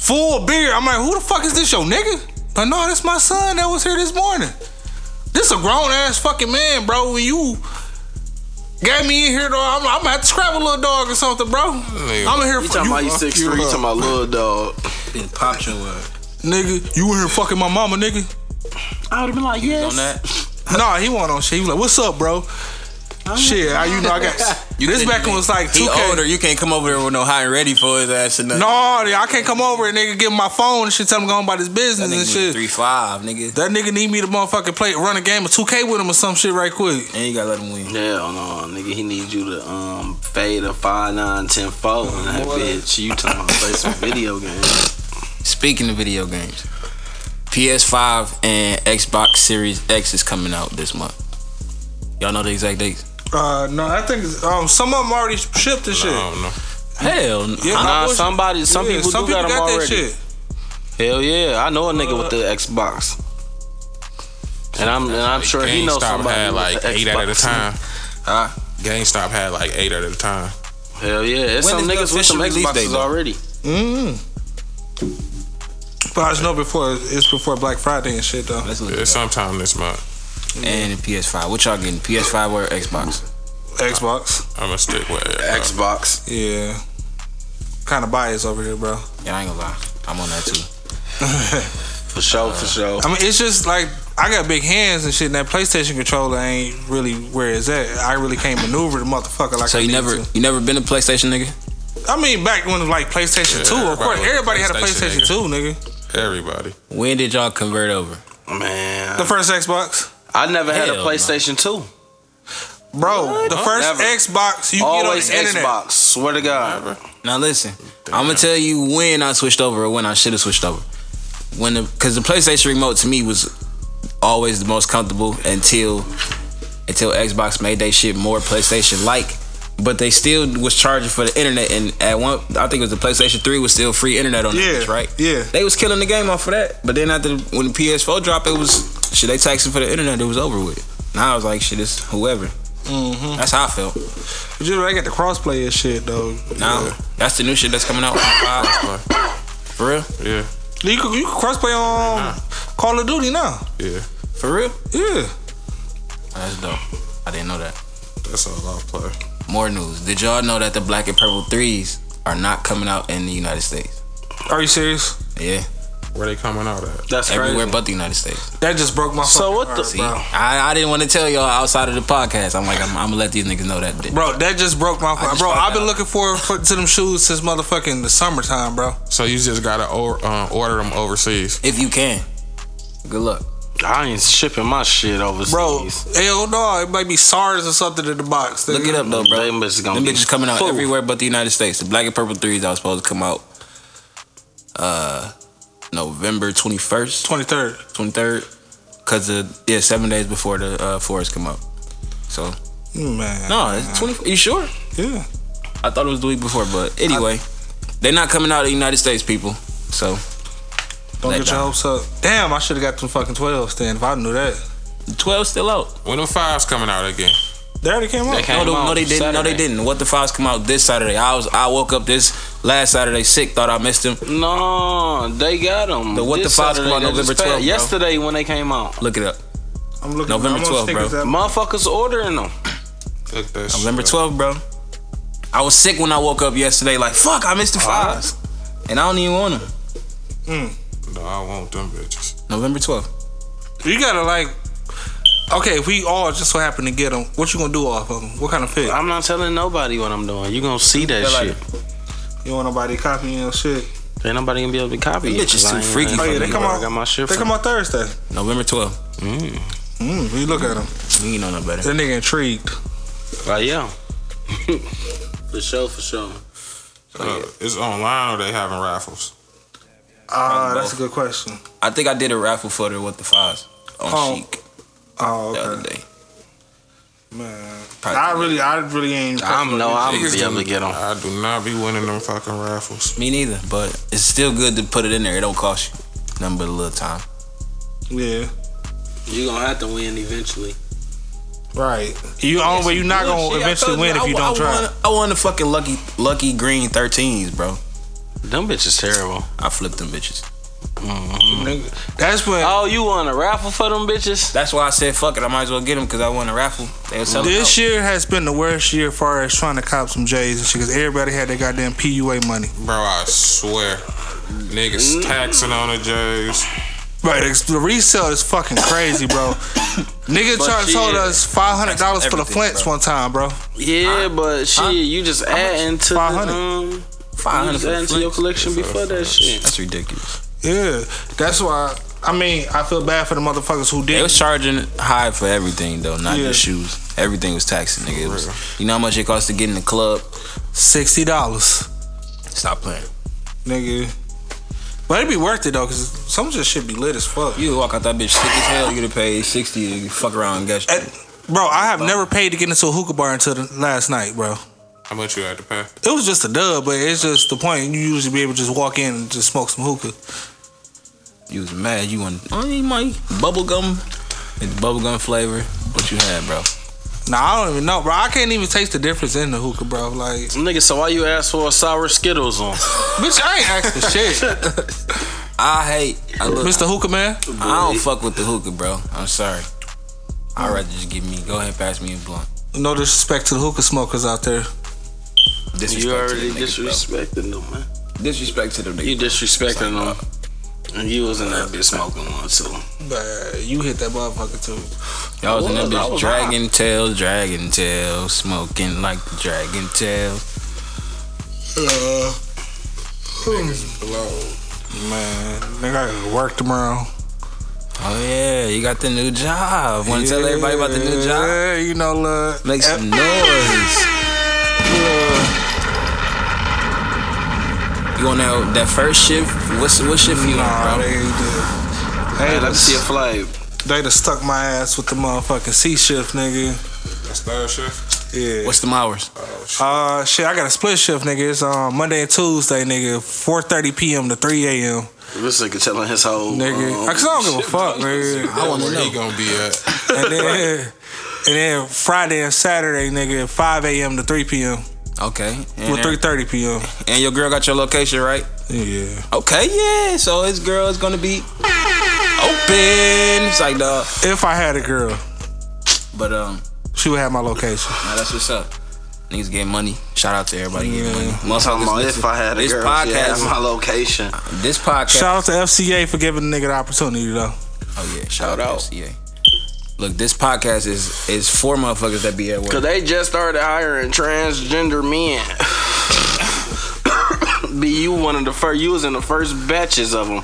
full beard. I'm like, who the fuck is this yo nigga? But no, that's my son that was here this morning. This a grown ass fucking man, bro. When you got me in here, dog, I'm, I'm gonna have to scrap a little dog or something, bro. I'm in here
You
for
talking about you six three, you talking about little dog.
Been popped your word
Nigga, you in here fucking my mama, nigga.
I would have been like, yes.
on that.
No, he won't on shit. He was like, "What's up, bro?" Shit, how you know I got this back one was like
he
two
older.
K.
You can't come over there with no high and ready for his ass and nothing.
No, I can't come over and nigga give him my phone and shit. Tell him going about his
that
business and
nigga
shit.
three five nigga.
That nigga need me to motherfucking play run a game of two K with him or some shit right quick.
And you gotta let him win.
Hell no, nigga. He need you to um fade a five nine ten four in that bitch. You talking about play some video games?
Speaking of video games, PS5 and Xbox Series X is coming out this month. Y'all know the exact dates?
Uh, no, I think it's- um some of them already shipped and shit.
I don't know.
Hell, no.
Yeah,
Nah,
I wish-
somebody- some people do got 'em already. Hell yeah, I know a nigga with the
Uh,
Xbox. And I'm and I'm sure he knows
GameStop
somebody
had
with
like
the
eight out at a
Xbox.
time.
Huh?
GameStop had like eight out at a time.
Hell yeah, it's
When
some
is the
niggas with some
official release date,
Xboxes
though?
already.
Mm. But I just know before it's before Black Friday and shit though.
Let's look.
It's sometime this month.
And PS5. What y'all getting? PS5 or Xbox?
Xbox.
I'm gonna stick with it.
Xbox.
Yeah. Kind of biased over here, bro.
Yeah, I ain't gonna lie. I'm on that too.
For sure, for sure.
I mean, it's just like I got big hands and shit, and that PlayStation controller ain't really where it's at. I really can't maneuver the motherfucker like.
So
I
you
need
never
to.
you never been a PlayStation nigga?
I mean, back when like PlayStation
Yeah,
Two, of
everybody
course,
was a
everybody had a
PlayStation
PlayStation Two, nigga.
Everybody.
When did y'all convert over?
Man.
The first Xbox,
I never had a
Hell no.
PlayStation 2.
bro. The first
Never.
Xbox you
Always
get on the internet.
Xbox. Swear to God.
Now listen, I'm gonna tell you when I switched over or when I should have switched over. When the because the PlayStation remote to me was always the most comfortable until until Xbox made they shit more PlayStation like. But they still was charging for the internet, and at one, I think it was the PlayStation Three was still free internet on that
Yeah,
bitch, right?
yeah.
they was killing the game off of that. But then after the, when the PS4 dropped, it was shit they taxing for the internet. It was over with. Now I was like, shit, it's whoever.
Mhm.
That's how I felt.
But you know, they got the crossplay and shit though.
Now that's the new shit that's coming out. Uh, for real,
Yeah,
You can, you can crossplay on Call of Duty now.
yeah.
for real.
Yeah.
That's dope. I didn't know that.
That's all I'll play.
More news. Did y'all know that the black and purple threes are not coming out in the United States?
Are you serious?
Yeah,
Where they coming out at?
That's
everywhere
crazy.
but the United States.
That just broke my.
So
fucking
what the-
heart,
See,
Bro.
I, I didn't want to tell y'all outside of the podcast. I'm like, I'm, I'm gonna let these niggas know that. di-
Bro, that just broke my.
just
bro,
found
I've been
out.
looking forward for, to them shoes since motherfucking the summertime, bro.
So you just gotta or, um, order them overseas.
If you can, good luck.
I ain't shipping my shit overseas.
Bro, hell no, it might be SARS or something in the box.
Look it up though, bro.
Them bitches gonna
Them
be
bitches coming out
full.
everywhere but the United States. The black and purple threes that was supposed to come out uh November 21st,
Twenty third.
23rd, cause of yeah, seven days before the uh forest come out. So
Hmm, Man.
no, it's 20. You sure?
Yeah.
I thought it was the week before, but anyway, they're not coming out of the United States, people. So
Don't
Let
get your
down.
hopes up. Damn, I should have got some fucking twelves then if I knew that.
12 still out.
When them fives coming out again?
They already came out.
They
no,
came
they-
out
no, they didn't. No, they
Saturday.
didn't. What the files come out this Saturday? I was I woke up this last Saturday sick, thought I missed them.
No, they got them.
The What the Fox come out November 12th, bro.
Yesterday when they came out,
Look it up.
I'm looking
November
I'm on
12th,
Snickers
bro.
app.
motherfuckers ordering them.
Look that shit
November
up.
12th, bro. I was sick when I woke up yesterday. Like fuck, I missed the fives, and I don't even want them.
Hmm.
No, I want them bitches.
November 12th.
You gotta like Okay, if we all just so happen to get them, what you gonna do off of them? What kind of fit?
I'm not telling nobody what I'm doing. You gonna see that
They're like-
shit.
You want nobody copying your shit?
Ain't nobody gonna be able to copy
Them
it.
bitches
'cause I
too
ain't-
freaky
I ain't
for
Oh yeah,
me,
they
fucking
come
where
out.
I got my shit
they
from.
come out Thursday.
November 12th.
Mm.
Mm, you look at them.
You know no better.
That nigga intrigued.
Like yeah. for sure, for sure.
Oh,
Uh, it's online or they having raffles?
Ah,
Probably
that's a good question.
I think I did a raffle for the what the fives on
Oh,
Chic
Oh,
the other
okay.
day.
Man,
Probably-
I really, I really ain't.
I'm no, I'm gonna
Niggas
be able
do-
to get them.
I do not be winning them fucking raffles.
Me neither, but it's still good to put it in there. It don't cost you nothing but a little time.
Yeah,
You gonna have to win eventually.
right. You only way you not gonna
Shit, I
eventually
told
win if
I-
you
I
don't try.
Won, I won the fucking lucky lucky green thirteens, bro.
Them bitches terrible.
I flipped them bitches.
Nigga, That's when
Oh, you won a raffle for them bitches?
That's why I said fuck it. I might as well get them because I won a raffle. They were selling
this
out.
year has been the worst year as far as trying to cop some J's and shit because everybody had their goddamn PUA money.
Bro, I swear.
Mm.
Niggas taxing on the J's.
Right, it's- the resale is fucking crazy, bro. Nigga
But
tried to
shit.
told us five hundred dollars for the
Everything,
flints
bro.
one time, bro.
Yeah, but shit, you just adding to the,
500.
um,
Five
you
hundred
just
for the
adding to your
flints?
collection before that shit.
That's ridiculous.
Yeah, that's why. I mean, I feel bad for the motherfuckers who
They
did.
was charging high for everything though, not
Yeah.
just shoes. Everything was taxing, nigga. It was, you know how much it cost to get in the club?
Sixty dollars,
Stop playing.
nigga. But it'd be worth it though, cause some of this shit be lit as fuck.
You walk out that bitch thick as hell. You get paid sixty. to fuck around and get.
And- bro, I have never paid to get into a hookah bar until the last night, bro.
How much you had to pay?
It was just a dub, but it's just the point. You usually be able to just walk in and just smoke some hookah.
You was mad. You want only my bubble gum. It's bubble gum flavor. What you had, bro?
Nah, I don't even know, bro. I can't even taste the difference in the hookah, bro. Like,
Nigga, so why you ask for a sour Skittles on?
bitch, I ain't asked for shit,
I hate. I look.
Mr. Hookah Man.
I don't fuck with the hookah, bro. I'm sorry. I'd rather just give me. Go ahead, pass me a blunt.
No disrespect to the hookah smokers out there.
Disrespect
You already
to them niggas, bro.
disrespecting them, man.
Disrespect to them niggas.
You disrespecting them. And you was in that bitch smoking one too.
But you hit that motherfucker too.
Y'all was in that
was, I
bitch
was
dragon tail, dragon tail, smoking like the dragon tail.
Man, nigga, I gotta work tomorrow.
Oh yeah, you got the new job. Wanna tell everybody about the new job?
Yeah, you know, look.
Make some noise. You on that that first shift? What's what shift you
Nah,
on, bro?
they did.
Hey,
They,
let me see a
done-
flag.
they done stuck my ass with the motherfucking C shift, nigga.
That's third shift.
Yeah.
What's the hours?
Oh shit.
Uh, shit, I got a split shift, nigga. It's um, Monday and Tuesday, nigga. 4.30 p.m. to 3 a.m.,
This nigga telling his whole
nigga.
um,
Cause I don't give a fuck, nigga.
Oh, I wanna
Where
know.
he gonna be at?
And then, and then Friday and Saturday, nigga, 5 a.m. to 3 p.m.
Okay.
Well,
And,
3.30 p.m.
and your girl got your location right?
Yeah.
Okay, yeah. So his girl is gonna be open. It's like dog.
If I had a girl,
But um,
she would have my location.
nah, that's what's up. Niggas getting money. Shout out to everybody getting money.
talking about if I had a
this
girl,
podcast,
she had my location.
this podcast.
Shout out to FCA for giving the nigga the opportunity, though.
oh yeah, shout,
Shout
out.
out.
To FCA. Look, this podcast is is for motherfuckers that be at work.
Cause they just started hiring transgender men. Be you one of the first? You was in the first batches of them.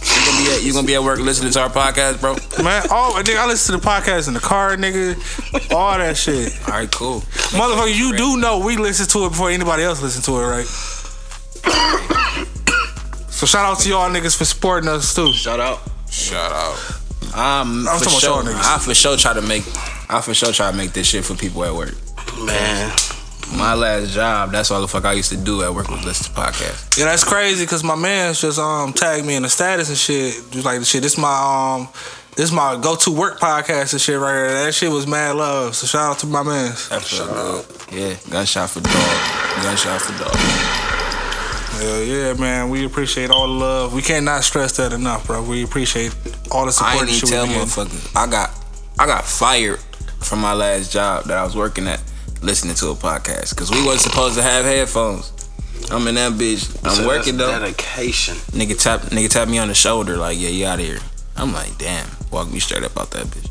You gonna be at, you gonna be at work listening to our podcast, bro?
Man, oh, nigga, I listen to the podcast in the car, nigga. All that shit.
All right, cool.
Motherfucker, you do know we listen to it before anybody else listen to it, right? So shout out to y'all niggas for supporting us too.
Shout out.
Shout out.
I'm
I'm
for
talking
sure.
about y'all niggas.
I for sure try to make. I for sure try to make this shit for people at work.
Man,
My last job, that's all the fuck I used to do at work was listen to podcasts.
Yeah, that's crazy because my man's just um tagged me in the status and shit. Just like shit, this my um this my go to work podcast and shit right here. That shit was mad love. So shout out to my man's.
That felt good. Yeah, gunshot for dog. Gunshot for dog.
Hell yeah, man. We appreciate all the love. We cannot stress that enough, bro. We appreciate all the
I
support
ain't
and
even
shit we
tell
been getting.
motherfuckers. I got I got fired from my last job that I was working at listening to a podcast because we wasn't supposed to have headphones. I'm in that bitch. I'm
So
working though.
that's Dedication.
Nigga tap nigga tap me on the shoulder like yeah you out of here. I'm like damn. Walk me straight up out that bitch.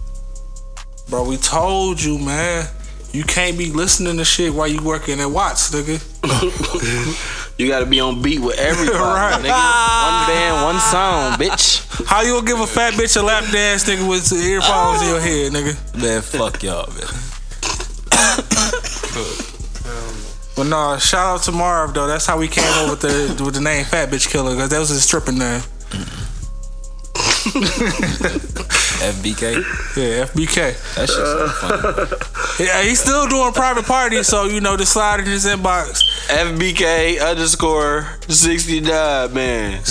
Bro, we told you, man. You can't be listening to shit while you working at Watts, nigga.
You got to be on beat with everybody.
Right.
nigga. One band, one song, bitch.
How you gonna give a fat bitch a lap dance, nigga, with the earphones in your head, nigga?
Man fuck y'all man.
But no, shout out to Marv though. That's how we came up with the with the name Fat Bitch Killer because that was his stripping name.
FBK.
Yeah, FBK.
That shit's so funny.
Yeah, he's still doing private parties, so you know, just slide in his inbox.
FBK underscore sixty nine man.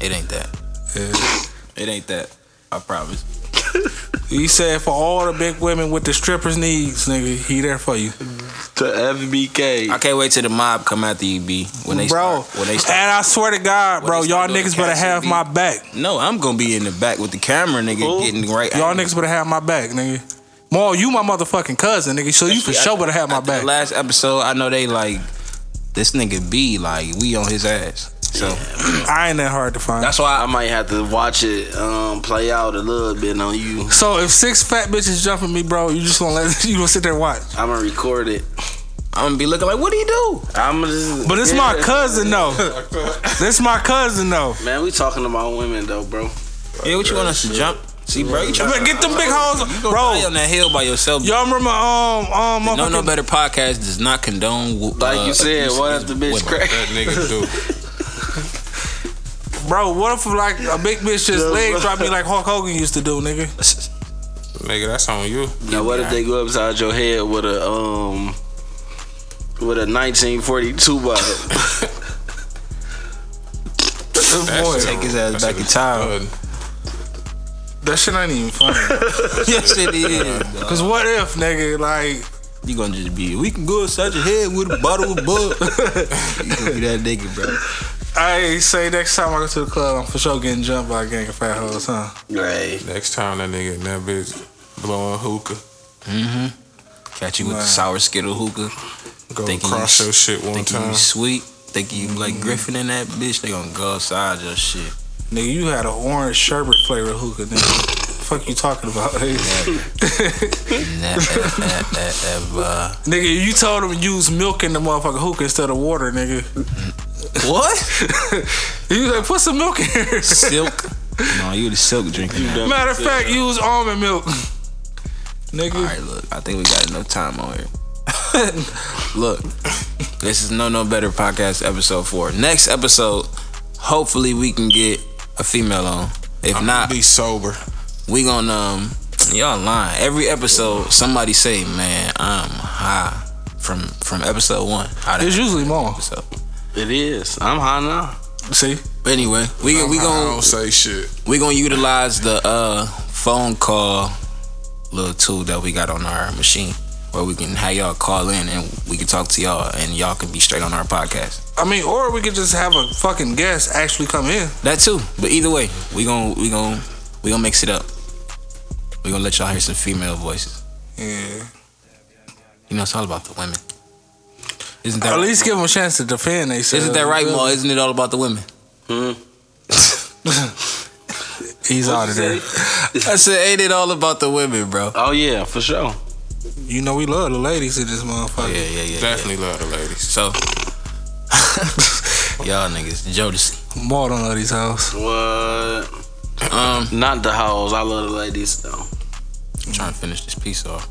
It ain't that. It ain't that. I promise.
He said for all the big women with the strippers needs, nigga, he there for you,
To FBK.
I can't wait till the mob come after you, B. When they
bro.
start, when they start
and I swear to God,
when
bro,
they
y'all
start doing
niggas better
cats and
have
beef.
my back.
No, I'm gonna be in the back with the camera, nigga,
Who?
getting right.
Y'all niggas better have my back, nigga. Mo, you my motherfucking cousin, nigga. So you for sure better have my
After the
back.
Last episode, I know they like this nigga B, like we on his ass. So
I ain't that hard to find.
that's why
I might have to watch it um, play out a little bit on you.
so if six fat bitches jumping me, bro, you just gonna let you gonna sit there and watch.
I'm gonna record it.
I'm gonna be looking like, what do you do?
I'm gonna just,
But it's
Yeah.
my cousin though. this my cousin though.
Man, we talking about women though, bro.
Yeah, what you want us to jump? See, bro, you trying
Man, get them big hoes,
you go
bro.
die on that hill by yourself.
Y'all remember um um
no, no
motherfucking-
better podcast does not condone. wo-
Like
uh,
you said,
abuse
what if
against
the bitch
women.
crack?
That nigga do.
bro? What if like a big bitch just
Yeah,
leg
bro.
drop me like Hulk Hogan used to do, nigga?
Nigga, that's on you.
Now, what if they go upside your head with a um with a 1942 bottle?
That
Boy,
shit-
Take his ass
that
back
shit
in
is
time.
done.
that shit ain't even funny.
yes, it is. dog.
Cause what if, nigga, like
You gonna just be? We can go inside your head with a bottle of bug. you gonna be that nigga, bro?
I say next time I go to the club, I'm for sure getting jumped by a gang of fat hoes, huh?
right.
Next time that nigga in that bitch blowing hookah,
Mm-hmm. Catch you with
Nah.
the sour skittle hookah.
go
Think
across
you-
your shit one
Think
time.
you sweet? Think you like Griffin in that bitch? They gonna go outside your shit.
Nigga, you had an orange sherbet flavor hookah, nigga. Fuck you talking about, nigga.
Nah, eh, eh, eh, eh, bruh.
nigga, you told him to use milk in the motherfucking hookah instead of water, nigga.
What?
You like put some milk in here.
Silk? No, you the silk drinker. now.
Matter of fact, use almond milk, nigga.
All right, look. I think we got enough time on here. look, this is no no better podcast episode four. Next episode, hopefully we can get a female on. If not,
Be sober.
we gonna um y'all lying. Every episode, somebody say, "Man, I'm high." From from episode one, how
It's
that
usually more.
episode.
It is. I'm high now.
See,
But anyway, we we
I
gonna
don't say shit.
we gonna utilize the uh phone call little tool that we got on our machine where we can have y'all call in and we can talk to y'all and y'all can be straight on our podcast.
I mean, or we could just have a fucking guest actually come in.
That too. But either way, we gonna we gonna we gonna mix it up. We gonna let y'all hear some female voices.
Yeah.
You know it's all about the women. Isn't that
At least give them a chance to defend themselves.
Isn't that right, Ma? Isn't it all about the women?
Hmm?
He's out of there.
I said, ain't it all about the women, bro?
Oh yeah, for sure.
You know we love the ladies in this
Yeah,
motherfucker.
yeah, yeah. yeah.
Definitely love the ladies.
So, y'all niggas, Jodeci.
Ma don't love these hoes.
What?
Um,
Not the hoes. I love the ladies though.
trying to finish this piece off.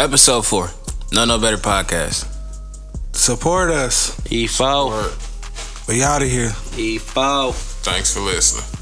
Episode four, No No Better Podcast.
Support us.
E four.
We out of here.
E four.
Thanks for listening.